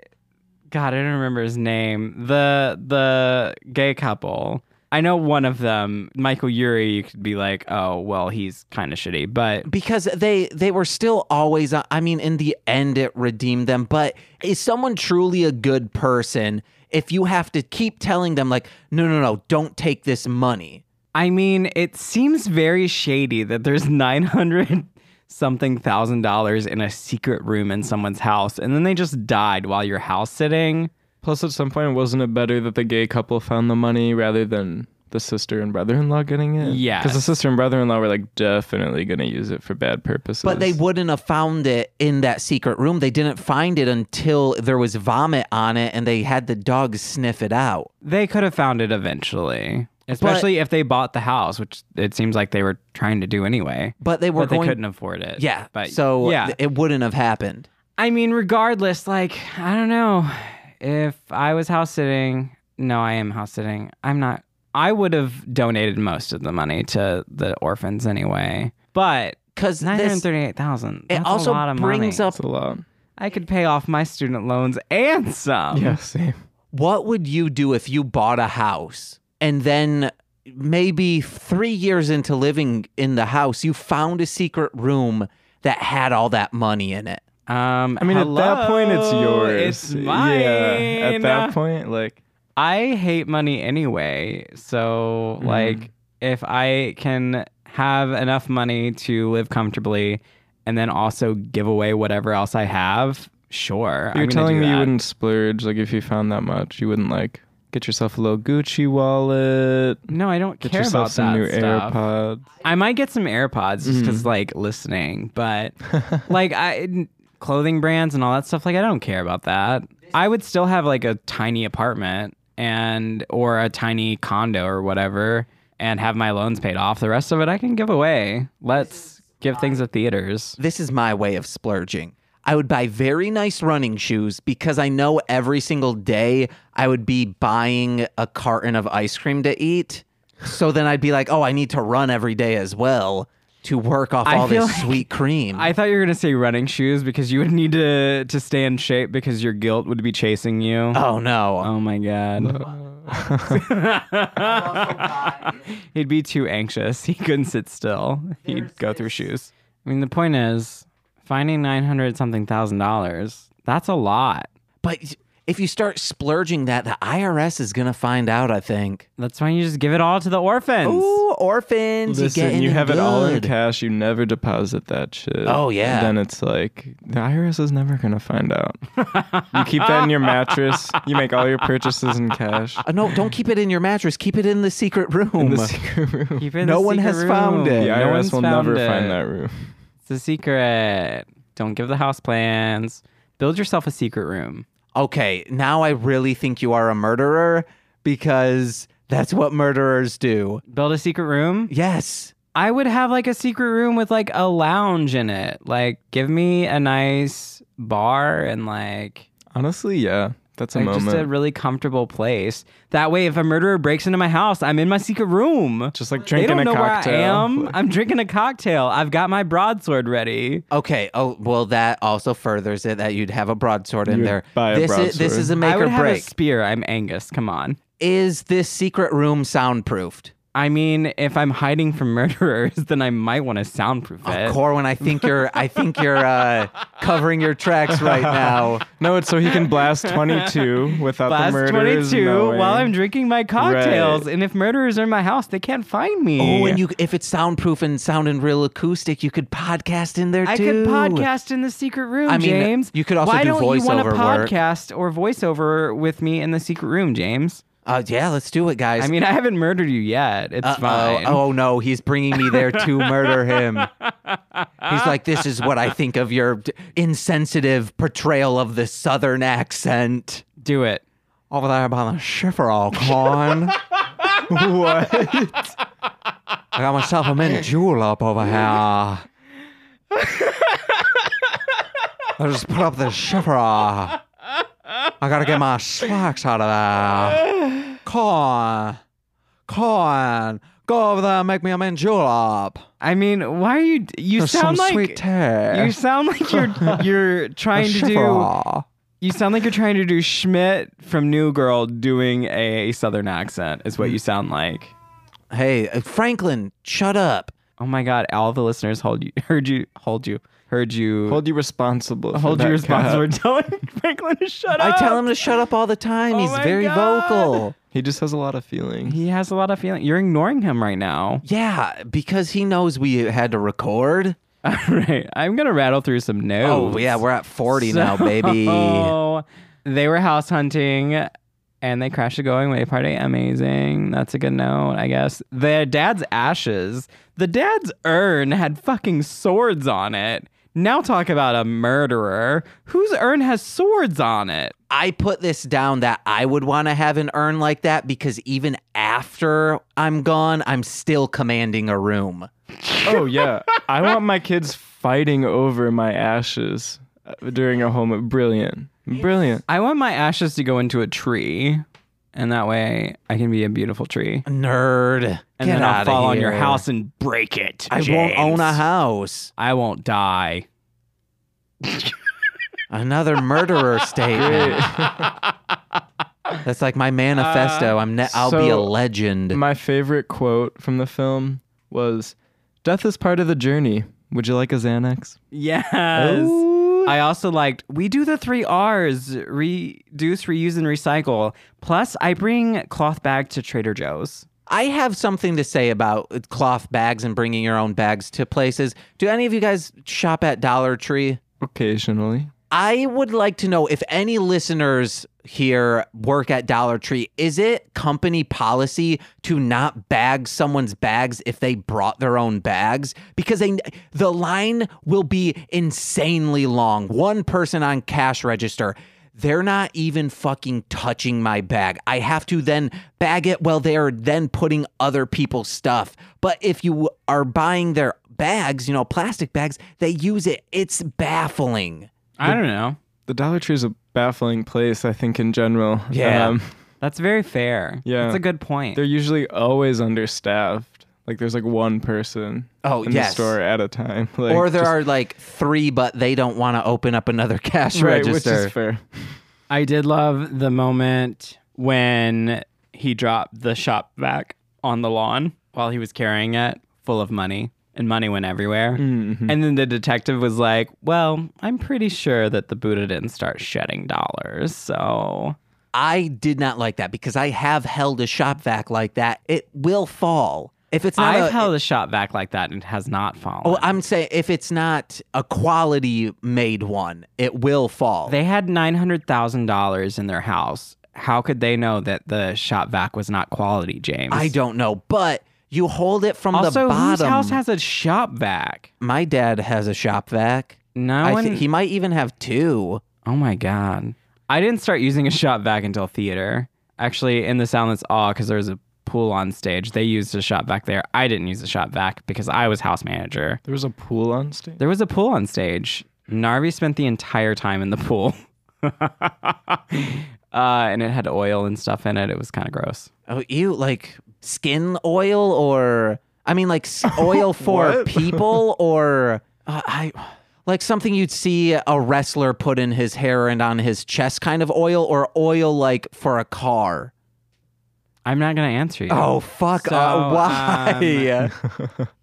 God, I don't remember his name. The the gay couple. I know one of them, Michael Yuri, you could be like, oh well he's kinda shitty, but
because they they were still always uh, i mean in the end it redeemed them but is someone truly a good person if you have to keep telling them like no no no don't take this money
I mean, it seems very shady that there's 900 something thousand dollars in a secret room in someone's house and then they just died while you're house sitting.
Plus, at some point, wasn't it better that the gay couple found the money rather than the sister and brother-in-law getting it? because the
Yes.
sister and brother-in-law were like definitely going to use it for bad purposes.
but they wouldn't have found it in that secret room they didn't find it until there was vomit on it and they had the dogs sniff it out
They could have found it eventually, especially if they bought the house, which it seems like they were trying to do anyway.
but they were
but they
going
couldn't afford it.
yeah
But
so
yeah.
th- it wouldn't have happened
I mean, regardless, like, I don't know. If I was house sitting, no, I am house sitting. I'm not. I would have donated most of the money to the orphans anyway. But
because
nine hundred thirty-eight thousand.
it also
a lot of
brings
money.
up
That's a lot.
I could pay off my student loans and
Um,
some.
Yeah, same.
what would you do if you bought a house and then maybe three years into living in the house, you found a secret room that had all that money in it?
Um,
I mean, at that point, it's
hello,
yours.
It's mine.
Yeah, at that point, like
I hate money anyway. So,
Mm-hmm.
like, if I can have enough money to live comfortably and then also give away whatever else I have, sure. I'm
You're
gonna
telling
do
me you
that.
wouldn't splurge like if you found that much, you wouldn't like get yourself a little Gucci wallet,
No, I don't
get
care
yourself
about
some
that
new
stuff.
AirPod.
I might get some AirPods just because, like, listening, but like, I clothing brands and all that stuff. Like, I don't care about that. I would still have like a tiny apartment and or a tiny condo or whatever, and have my loans paid off. The rest of it I can give away. Let's give things to theaters.
This is my way of splurging. I would buy very nice running shoes because I know every single day I would be buying a carton of ice cream to eat. So then I'd be like, oh, I need to run every day as well to work off
I
all this
feel like-
sweet cream.
I thought you were gonna say running shoes because you would need to to stay in shape because your guilt would be chasing you.
oh no.
Oh my god. He'd be too anxious. He couldn't sit still. He'd go through shoes. I mean, the point is, finding nine hundred something thousand dollars. That's a lot.
But if you start splurging that, the IRS is gonna find out. I think.
That's why you just give it all to the orphans.
Ooh, orphans! you,
Listen,
getting
you have
good.
it all in cash. You never deposit that shit.
Oh, yeah.
Then it's like the IRS is never gonna find out. you keep that in your mattress. You make all your purchases in cash
Uh, no, don't keep it in your mattress. Keep it in the secret room.
in the secret room.
Keep it in
No
the
one
secret
has found
room.
it.
The
no
IRS
one's
will never
found
find
it.
that room.
It's a secret. Don't give the house plans. Build yourself a secret room.
okay, now I really think you are a murderer because that's what murderers do.
Build a secret room.
Yes.
I would have like a secret room with like a lounge in it. Like, give me a nice bar and like,
Honestly, yeah, that's a
like
moment.
just a really comfortable place. That way, if a murderer breaks into my house, I'm in my secret room.
just like
They
drinking
don't know
a
where I
cocktail.
am. I'm drinking a cocktail. I've got my broadsword ready.
Okay. Oh, well, that also furthers it that you'd have a broadsword in
You would
there.
buy a
this is this
broadsword.
is a make
I
or
would have a
break.
spear. I'm Angus. Come on.
is this secret room soundproofed?
I mean, if I'm hiding from murderers, then I might want to soundproof it.
Of Corwin, I think you're I think you're uh, covering your tracks right now.
No, it's so he can blast 22 without
Blast
the murderers
22
knowing.
while I'm drinking my cocktails. And if murderers are in my house, they can't find me.
Oh, and you if it's soundproof and sounding real acoustic, you could podcast in there
I
too.
could podcast in the secret room,
I mean,
James.
you could also
Why
do
don't you want
voiceover
to
work.
podcast or voiceover with me in the secret room, James?
Uh, yeah, let's do it, guys.
I mean, I haven't murdered you yet. It's
Uh-oh.
fine.
Oh no, he's bringing me there to murder him. He's like, this is what I think of your d- insensitive portrayal of the Southern accent.
Do it.
Over there by the shiver all corn.
What?
I got myself a mint julep over here. I just put up the shiver. I gotta get my slacks out of there. Corn, corn, go over there and make me a mint julep.
I mean, why are you? You
There's
sound
some
like
sweet tea.
you sound like you're you're trying to do.
Chevrolet.
You sound like you're trying to do Schmidt from New Girl doing a southern accent. Is what you sound like.
Hey, uh, Franklin, shut up.
Oh my God! All the listeners hold you, heard you, hold you, heard you,
Hold you responsible. for
hold you
that
responsible.
cat.
We're telling Franklin to shut
I
up.
tell him to shut up all the time.
Oh
He's
my
very
God.
vocal.
He just has a lot of feelings.
He has a lot of feeling. You're ignoring him right now.
Yeah, because he knows we had to record.
All right. I'm going to rattle through some notes.
Oh, yeah, we're at 40 now, baby.
So, They were house hunting and they crashed a going away party. Amazing. That's a good note, I guess. Their dad's ashes, the dad's urn had fucking swords on it. Now talk about a murderer. Whose urn has swords on it?
I put this down that I would want to have an urn like that because even after I'm gone, I'm still commanding a room.
Oh yeah, I want my kids fighting over my ashes uh, during a home. Brilliant, brilliant.
I want my ashes to go into a tree. And that way I can be a beautiful tree.
Nerd.
And
Get
then I'll
outta
fall on your
here.
house and break it.
I
James.
won't own a house.
I won't die.
Another murderer statement. That's like my manifesto. I'm ne- I'll be a
so-
legend.
My favorite quote from the film was, "Death is part of the journey. Would you like a Xanax?"
Yes. I also liked we do the three R's reduce, reuse, and recycle. Plus, I bring cloth bag to Trader Joe's.
I have something to say about uh, cloth bags and bringing your own bags to places. Do any of you guys shop at Dollar Tree?
Occasionally,
I would like to know if any listeners here work at Dollar Tree, is it company policy to not bag someone's bags if they brought their own bags? Because they, the line will be insanely long. One person on cash register. They're not even fucking touching my bag. I have to then bag it while they are then putting other people's stuff. But if you are buying their bags, you know, plastic bags, they use it. It's baffling.
I don't know.
the Dollar Tree is a baffling place. I think in general.
Yeah.
That's very fair.
Yeah.
That's a good point.
They're usually always understaffed. Like there's like one person
Oh,
in
yes.
the store at a time. Like,
or there
just-
are like three, but they don't want to open up another cash
right,
register.
which is fair.
I did love the moment when he dropped the shop vac on the lawn while he was carrying it full of money and money went everywhere. And then the detective was like, Well, I'm pretty sure that the Buddha didn't start shedding dollars. So
I did not like that because I have held a shop vac like that. It will fall if it's not.
I've
a-
held a shop vac like that and it has not fallen.
Oh, I'm saying if it's not a quality made one, it will fall.
they had $900,000 in their house. How could they know that the shop vac was not quality, James?
I don't know, but you hold it from
Also,
the
whose
bottom.
house has a shop vac?
My dad has a shop vac.
No
I
one.
think he might even have two.
Oh my god. I didn't start using a shop vac until theater. Actually, in the sound that's awe, because there was a pool on stage, they used a shop vac there. I didn't use a shop vac because I was house manager.
There was a pool on stage.
There was a pool on stage. Narvi spent the entire time in the pool. uh, and it had oil and stuff in it. It was kind of gross.
Oh, you like skin oil or I mean like s- oil for
What?
people or uh, I like something you'd see a wrestler put in his hair and on his chest kind of oil or oil like for a car.
I'm not going to answer you.
Oh fuck!
So, um,
uh, why?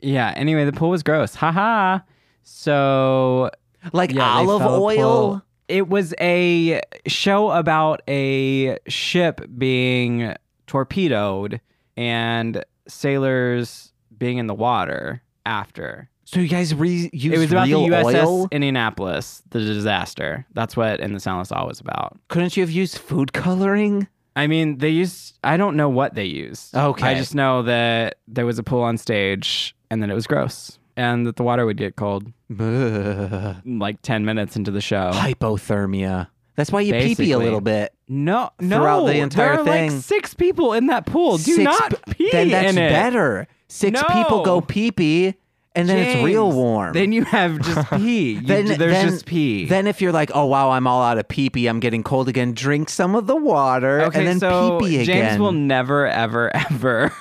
Yeah. Anyway, the pool was gross. Haha. So
like
Yeah, they
olive
fell
oil?
apart. It was a show about a ship being torpedoed and sailors being in the water after.
So you guys re- use
it was about the
real
USS
oil?
Indianapolis, the disaster. That's what In the Soundless All was about.
Couldn't you have used food coloring?
I mean, they used, I don't know what they used.
Okay.
I just know that there was a pool on stage and that it was gross and that the water would get cold
Bleh.
like 10 minutes into the show.
Hypothermia. That's why you pee pee a
Basically.
little bit.
No, no.
Throughout the entire
there are
thing.
like six people in that pool. Do
Six
not
p-
pee
Then that's
in it.
better. Six
No.
people go pee pee, and then it's real
James,
warm.
Then you have just pee. You,
Then-
there's
then-
just pee.
Then if you're like, oh wow, I'm all out of pee pee, I'm getting cold again. Drink some of the water
okay,
and then
so
pee pee again.
James will never, ever, ever,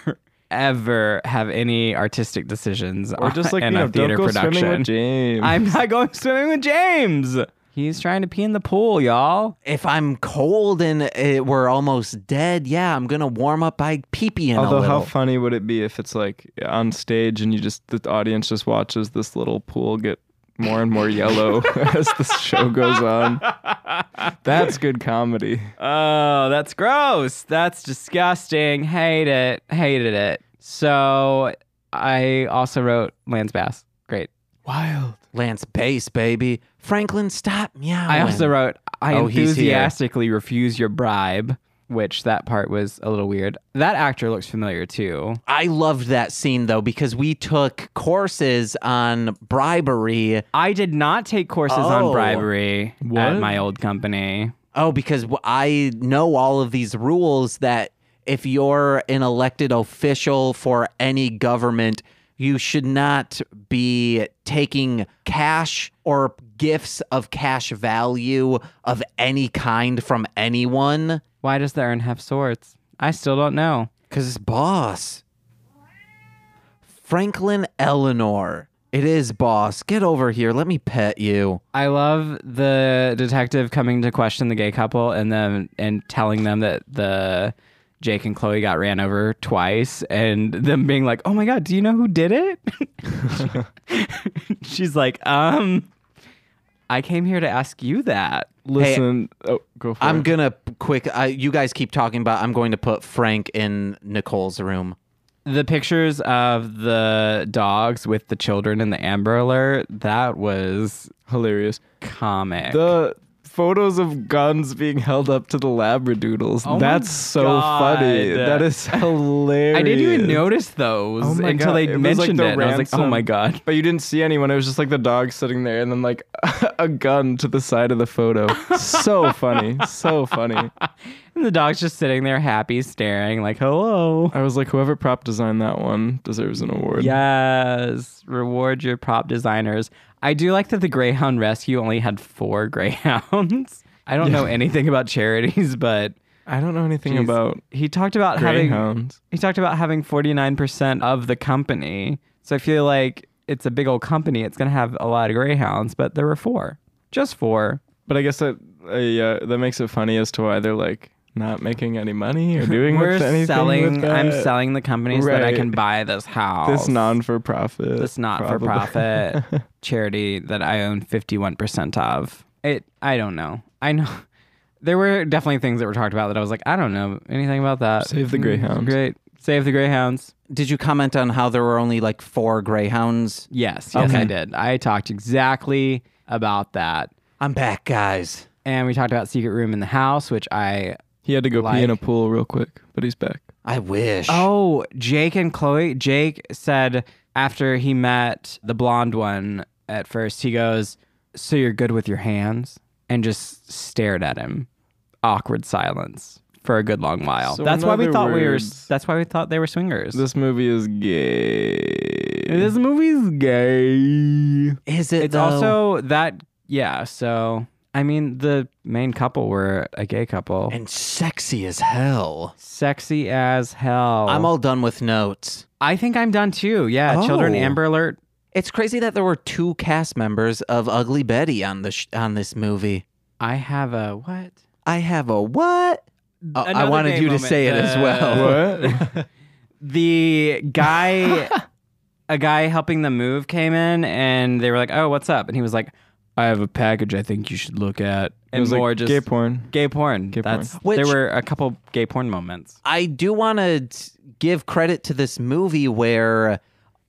ever have any artistic decisions
or just like
in
you know,
a theater
don't go
production.
swimming with James.
I'm not going swimming with James. He's trying to pee in the pool, y'all.
if I'm cold and uh we're almost dead, yeah, I'm gonna warm up by pee peeing a
Although,
little.
how funny would it be if it's like on stage and you just the audience just watches this little pool get more and more yellow as the show goes on? That's good comedy.
Oh, that's gross. That's disgusting. Hate it. Hated it. So I also wrote Lance Bass. Great.
Wild.
Lance Bass, baby. Franklin, stop meowing.
I also wrote I
Oh, he's here.
enthusiastically refuse your bribe, which that part was a little weird. That actor looks familiar too.
I loved that scene though because we took courses on bribery.
I did not take courses on
Oh.
bribery at
What?
my old company.
Oh, because w- I know all of these rules that if you're an elected official for any government, you should not be taking cash or gifts of cash value of any kind from anyone.
Why does the urn have swords? I still don't know.
Because it's boss. Franklin Eleanor. It is boss. Get over here. Let me pet you.
I love the detective coming to question the gay couple and then and telling them that the Jake and Chloe got ran over twice and them being like, "Oh my god, do you know who did it?" She's like, "Um, I came here to ask you that."
Listen, oh, go for
I'm
it.
gonna p- quick. I, you guys keep talking about. I'm going to put Frank in Nicole's room.
The pictures of the dogs with the children and the Amber Alert, that was
Hilarious.
comic.
The photos of guns being held up to the labradoodles.
Oh my
That's so
God.
funny. That is hilarious.
I didn't even notice those
Oh my
until
God.
they
It was like
mentioned
the
it. And I was like, "Oh
ransom-
my god."
But you didn't see anyone. It was just like the dog sitting there and then like a gun to the side of the photo. so funny. So funny.
And the dog's just sitting there happy, staring, like, hello.
I was like, whoever prop designed that one deserves an award.
Yes. Reward your prop designers. I do like that the Greyhound Rescue only had four Greyhounds. I don't know anything about charities, but
I don't know anything
Jeez.
about
He talked about having
greyhounds.
he talked about having 49% of the company. So I feel like it's a big old company. It's going to have a lot of greyhounds, but there were four. Just four.
But I guess that uh, yeah, that makes it funny as to why they're like not making any money or doing
We're
much anything with
selling
that.
I'm selling the company so that I
Right.
can buy this house.
this non for profit.
this not for profit charity that I own 51% of. It I don't know. I know there were definitely things that were talked about that I was like, I don't know anything about that.
Save the
Mm,
greyhounds.
Great. Save the greyhounds.
Did you comment on how there were only like four greyhounds?
Yes, yes
Okay.
I did. I talked exactly about that.
I'm back, guys.
And we talked about secret room in the house, which I
He had to go pee in a
Like-
pool real quick, but he's back.
I wish.
Oh, Jake and Chloe. Jake said after he met the blonde one at first, he goes, So you're good with your hands? And just stared at him. Awkward silence for a good long while.
So
that's
in
why we
other
thought we were
words-
that's why we thought they were swingers.
This movie is gay.
This movie's gay.
is it?
It's
though?
also that yeah, so I mean the main couple were a gay couple.
and sexy as hell.
Sexy as hell.
Oh. I'm all done with notes.
I think I'm done too. Yeah, children
Oh.
Amber Alert
It's crazy that there were two cast members of Ugly Betty on the sh- on this movie.
I have a what?
I have a what? Oh, I
Another
wanted
gay
you to
moment.
say it as
Uh,
well.
what?
The guy, a guy helping them move came in and they were like, "Oh, what's up?" And he was like, "I have a package. I think you should look at."
it
And
was
more
like
just
gay porn.
Gay porn.
Gay porn.
That's
Which-
there were a couple gay porn moments.
I do want to give credit to this movie where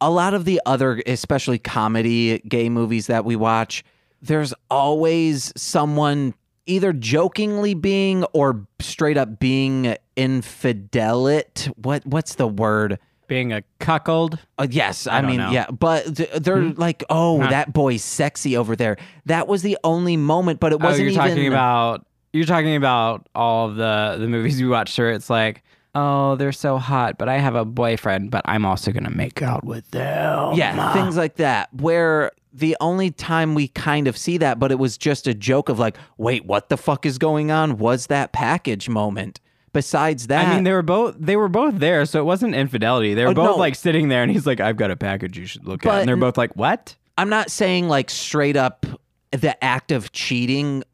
a lot of the other, especially comedy gay movies that we watch, there's always someone either jokingly being or straight up being infidelit. What what's the word?
Being a cuckold.
Uh, yes, I,
don't
mean,
know. Hmm?
yeah, but th- they're like, oh,
Huh.
that boy's sexy over there. That was the only moment, but it
Oh,
wasn't
you're
even.
talking about you're talking about all of the the movies we watched where it's like, "Oh, they're so hot, but I have a boyfriend, but I'm also gonna make out with them."
yeah,
Ah.
things like that, where the only time we kind of see that, but it was just a joke of like, wait, what the fuck is going on? Was that package moment? Besides that,
I mean, they were both they were both there, so it wasn't infidelity. They were
Oh, no.
both like sitting there, and he's like, "I've got a package you should look at,"
But-
and they're both like, "What?"
I'm not saying like straight up the act of cheating.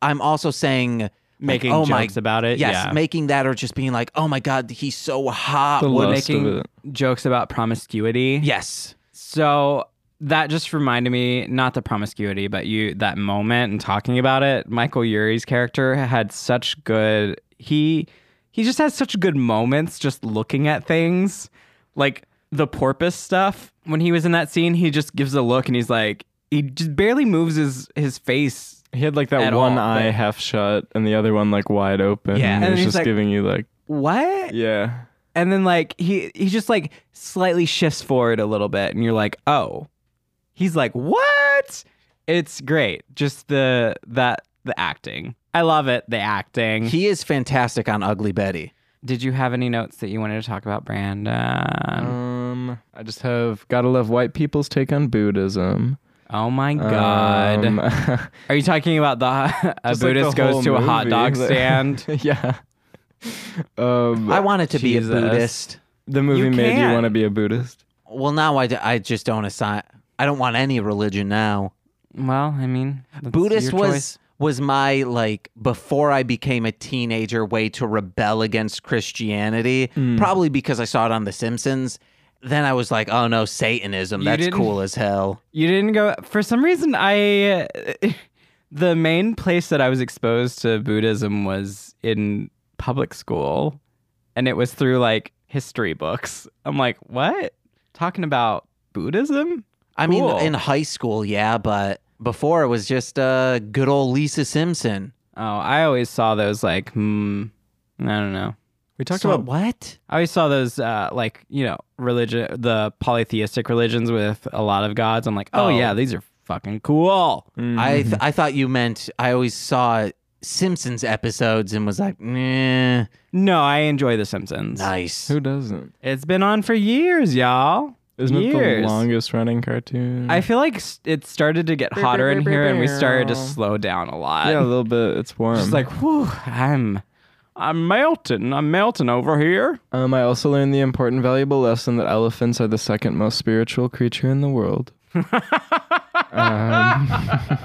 I'm also saying like,
Making
oh my,
jokes about it.
yes,
yeah.
making that or just being like, oh my god, he's so hot.
The
What-
lust
making
of it.
jokes about promiscuity.
yes,
So that just reminded me, not the promiscuity, but you that moment and talking about it. Michael Yuri's character had such good he he just has such good moments just looking at things. Like the porpoise stuff. When he was in that scene, he just gives a look and he's like he just barely moves his his face.
He had like
At
that
all,
one eye
but-
half shut and the other one like wide open.
Yeah.
And
and it was
he's
just
like-
giving you like
What?
yeah.
And then like he he just like slightly shifts forward a little bit and you're like, "Oh." He's like, "What?" It's great. Just the that the acting. I love it, the acting.
he is fantastic on Ugly Betty.
Did you have any notes that you wanted to talk about, Brandon?
Um, I just have gotta love white people's take on Buddhism.
oh my god.
Um,
Are you talking about the a
Just like the
Buddhist
whole
goes to a hot
movie,
dog
like-
stand?
yeah. Um,
I wanted to be a
Jesus.
Buddhist.
the movie
You
made you
can.
want to be a Buddhist.
Well, now I, d- I just don't assign. I don't want any religion now.
well, I mean, that's
Buddhist
your
was
choice.
was my like before I became a teenager way to rebel against Christianity.
Mm.
Probably because I saw it on The Simpsons. Then I was like, oh no, Satanism.
You
That's
didn't-
cool as hell.
You didn't go for some reason. I the main place that I was exposed to Buddhism was in public school, and it was through like history books. I'm like, what? Talking about Buddhism?
I
Cool.
mean, in high school, yeah, but before it was just uh, good old Lisa Simpson.
Oh, I always saw those like, hmm, I don't know.
We talked
So
about
what?
I always saw those uh, like you know religion, the polytheistic religions with a lot of gods. I'm like, oh,
Oh.
yeah, these are fucking cool.
Mm.
I th- I thought you meant I always saw Simpsons episodes and was like, nah,
No, I enjoy The Simpsons.
nice.
who doesn't?
It's been on for years, y'all.
Isn't it
Years.
the longest running cartoon?
I feel like s- it started to get hotter in here, and we started to slow down a lot.
yeah, a little bit. It's warm.
Just like, whew, I'm I'm melting. I'm melting over here.
Um, I also learned the important, valuable lesson that elephants are the second most spiritual creature in the world.
Wait,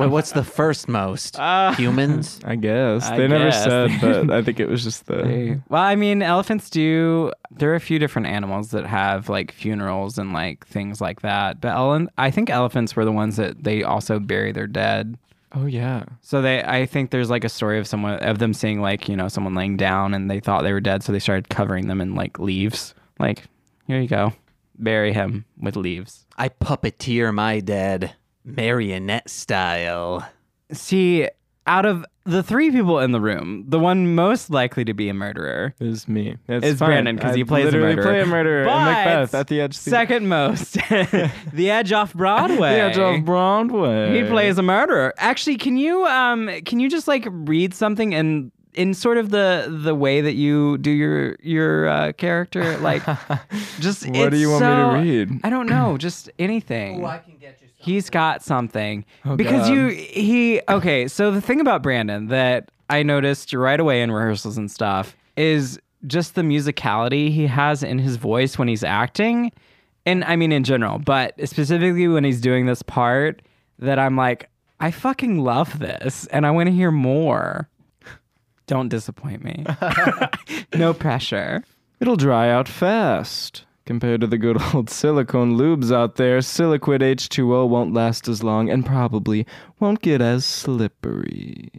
what's the first most?
Ah.
Humans?
I guess
I
they never
guess.
said, but I think it was just the.
Well, I mean, elephants do. There are a few different animals that have like funerals and like things like that. But ele- I think elephants were the ones that they also bury their dead.
Oh yeah.
So they, I think there's like a story of someone of them seeing like you know someone laying down and they thought they were dead, so they started covering them in like leaves. Like here you go, bury him with leaves.
I puppeteer my dead marionette style.
See, out of the three people in the room, the one most likely to be a murderer
Is me. It's,
It's
fine.
Brandon, 'cause
I
he plays a
literally
murderer.
play a murderer in
But-
Macbeth at the edge. seat.
Second most, the Edge off Broadway.
the edge of Broadway.
He plays a murderer. Actually, can you um can you just like read something and in sort of the the way that you do your your uh, character like just
What
it's
do you want
so-
me to read?
I don't know, just anything.
can get you
He's got something
Oh,
because
God.
you he okay. So the thing about Brandon that I noticed right away in rehearsals and stuff is just the musicality he has in his voice when he's acting, and I mean in general, but specifically when he's doing this part that I'm like, I fucking love this, and I want to hear more. Don't disappoint me. no pressure.
It'll dry out fast. Compared to the good old silicone lubes out there, Siliquid H2O won't last as long and probably won't get as slippery.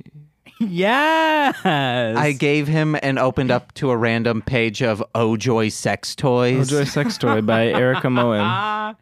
Yes,
I gave him and opened up to a random page of Oh Joy sex toys.
Enjoy Sex Toy by Erica Moen.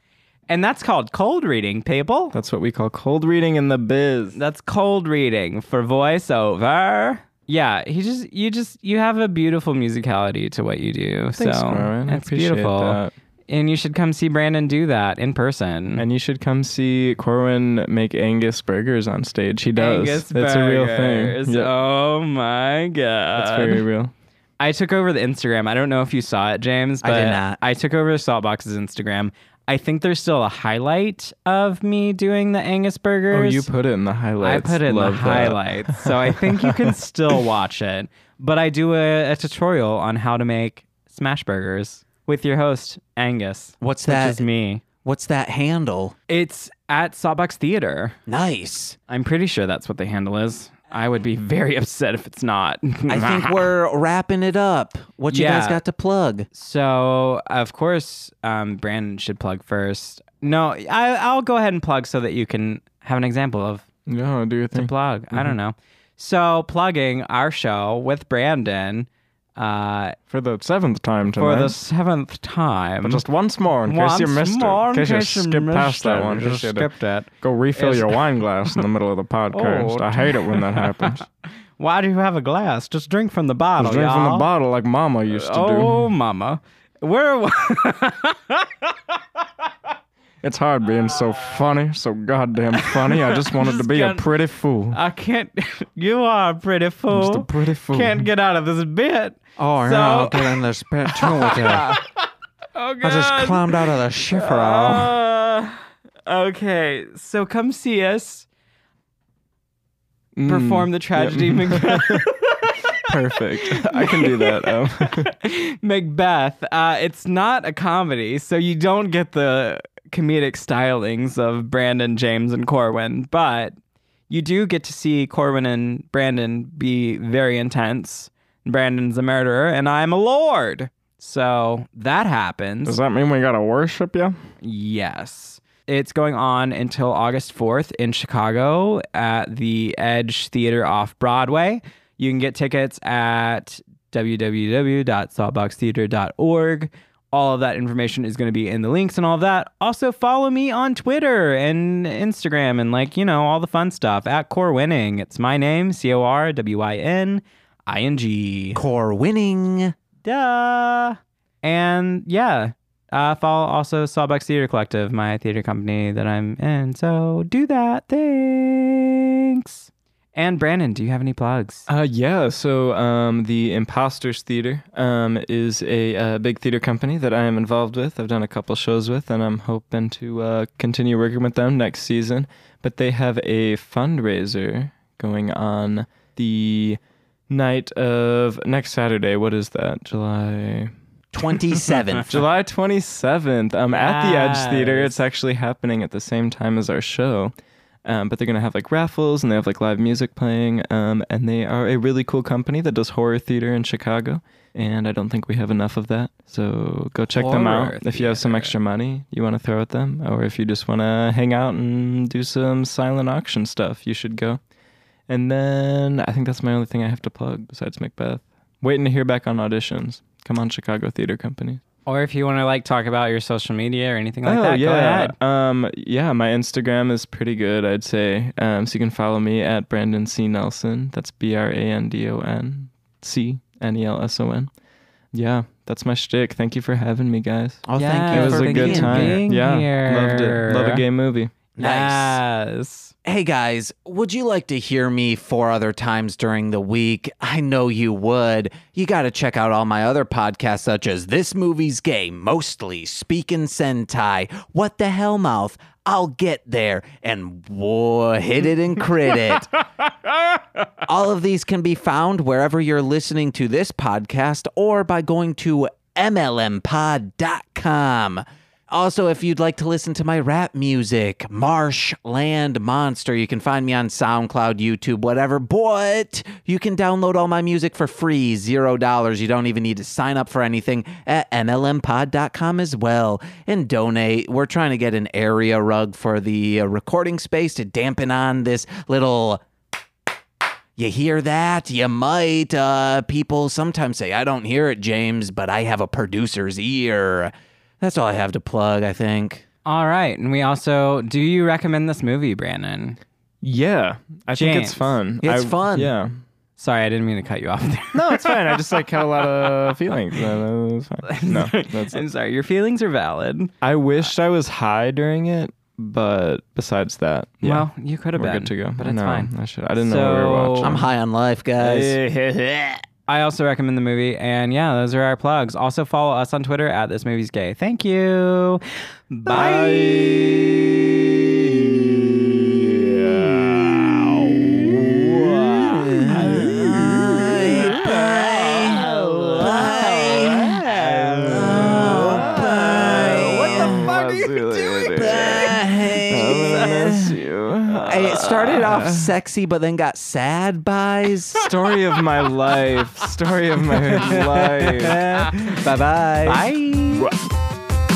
and that's called cold reading, people.
That's what we call cold reading in the biz.
That's cold reading for voiceover. Yeah, he just you just you have a beautiful musicality to what you do.
Thanks,
so
Norman. I
it's
appreciate
beautiful.
that.
And you should come see Brandon do that in person.
And you should come see Corwin make Angus burgers on stage. He does.
Angus
That's a real
Burgers.
thing. Yeah,
Oh my god.
That's very real.
I took over the Instagram. I don't know if you saw it, James,
I
but
did not.
I took over Saltbox's Instagram. I think there's still a highlight of me doing the Angus
Oh,
burgers.
you put it in the
I
highlights.
put it in the
Love that.
highlights, so I think you can still watch it. But I do a, a tutorial on how to make smash burgers with your host Angus,
What's
which
that?
is me.
What's that handle?
It's at Sawbucks Theater.
Nice.
I'm pretty sure that's what the handle is. I would be very upset if it's not.
I think we're wrapping it up. What you
Yeah.
guys got to plug?
So of course, um, Brandon should plug first. No, I, I'll go ahead and plug so that you can have an example of
No, do your
to
thing.
plug. I
Mm-hmm.
don't know. So plugging our show with Brandon uh,
For the seventh time tonight.
for the seventh time.
But just once more in case you
Once
missed
more in
it. In case,
case you
you skipped
missed
past
it.
that one.
You
Just
just
gotta
skipped it.
Go refill
It's-
your wine glass in the middle of the podcast.
Oh,
I hate it when that happens.
why do you have a glass? Just drink from the bottle.
Just drink from the
y'all.
bottle like Mama used to do.
Oh, mama. Where
It's hard being so funny, so goddamn funny. I just wanted to
Just
be a
can't-
pretty fool.
I can't. You are a pretty fool.
just a pretty fool.
Oh, Can't get out of this bit.
Oh,
So- yeah, I'll
in this bit too with I
Oh God.
climbed out of the shiffer.
Uh, okay, so come see us perform the tragedy Macbeth.
Perfect. I can do that. Um,
Macbeth. Uh, it's not a comedy, so you don't get the comedic stylings of Brandon, James, and Corwin, but you do get to see Corwin and Brandon be very intense. Brandon's a murderer, and I'm a lord. So that happens.
does that mean we gotta worship you?
Yes. It's going on until August 4th in Chicago at the Edge Theater off Broadway. You can get tickets at www.saltboxtheater.org. All of that information is going to be in the links and all of that. Also, follow me on Twitter and Instagram and, like, you know, all the fun stuff at Core Winning. It's my name, C O R W I N I N G.
Core winning.
Duh. And yeah, uh, follow also Sawbucks Theater Collective, my theater company that I'm in. So do that. Thanks. And Brandon, do you have any plugs?
Uh, yeah, so um, the Imposters Theater um, is a uh, big theater company that I am involved with. I've done a couple shows with, and I'm hoping to uh, continue working with them next season. But they have a fundraiser going on the night of next Saturday. What is that? July
27th.
July 27th. Um, at the Edge Theater.
Yes.
It's actually happening at the same time as our show. Um, but they're gonna have like raffles and they have like live music playing. Um, and they are a really cool company that does horror theater in Chicago. And I don't think we have enough of that. So go check them out
Horror
if you have some
theater.
extra money you want to throw at them, or if you just want to hang out and do some silent auction stuff. You should go. And then I think that's my only thing I have to plug besides Macbeth. Waiting to hear back on auditions. Come on, Chicago Theater Company.
Or if you want to like talk about your social media or anything like that,
Oh, yeah.
go ahead.
Um, yeah, my Instagram is pretty good, I'd say. Um, so you can follow me at Brandon C. Nelson. That's B R A N D O N C N E L S O N. Yeah, that's my shtick. Thank you for having me, guys.
Oh,
Yeah,
thank
It
you
was
for
a good
being
time.
here.
being
yeah, loved
here.
it. Love a gay movie.
Nice.
Yes.
Hey guys, would you like to hear me four other times during the week? I know you would. You got to check out all my other podcasts, such as This Movie's Gay, Mostly, Speakin' Sentai, What the Hell Mouth, I'll Get There, and Whoa, Hit It and Crit It. All of these can be found wherever you're listening to this podcast or by going to MLMpod.com. Also, if you'd like to listen to my rap music, Marshland Monster, you can find me on SoundCloud, YouTube, whatever. But you can download all my music for free, zero dollars. You don't even need to sign up for anything at MLMpod.com as well. And donate. We're trying to get an area rug for the uh, recording space to dampen on this little you hear that? You might. Uh, people sometimes say, I don't hear it, James, but I have a producer's ear. That's all I have to plug, I think.
All right. And we also, do you recommend this movie, Brandon?
Yeah, I think
James.
it's fun.
It's
I-
fun.
Yeah.
Sorry, I didn't mean to cut you off there.
No, it's fine. I just like had a lot of feelings. No, no, it's fine. No, that's
I'm sorry. Your feelings are valid.
I wished I was high during it, but besides that, yeah,
Well, you could have
we're
been.
good to go.
But it's
no,
fine.
I should. I didn't know we were
So-
watching.
I'm high on life, guys.
I also recommend the movie. And yeah, those are our plugs. Also, follow us on Twitter at This Movie's Gay. Thank you.
What the fuck are you doing? Oh, miss you.
It started
Ah.
off sexy, but then got sad buys.
Story of my life. Story of my life.
Bye-bye. Bye.
Bye.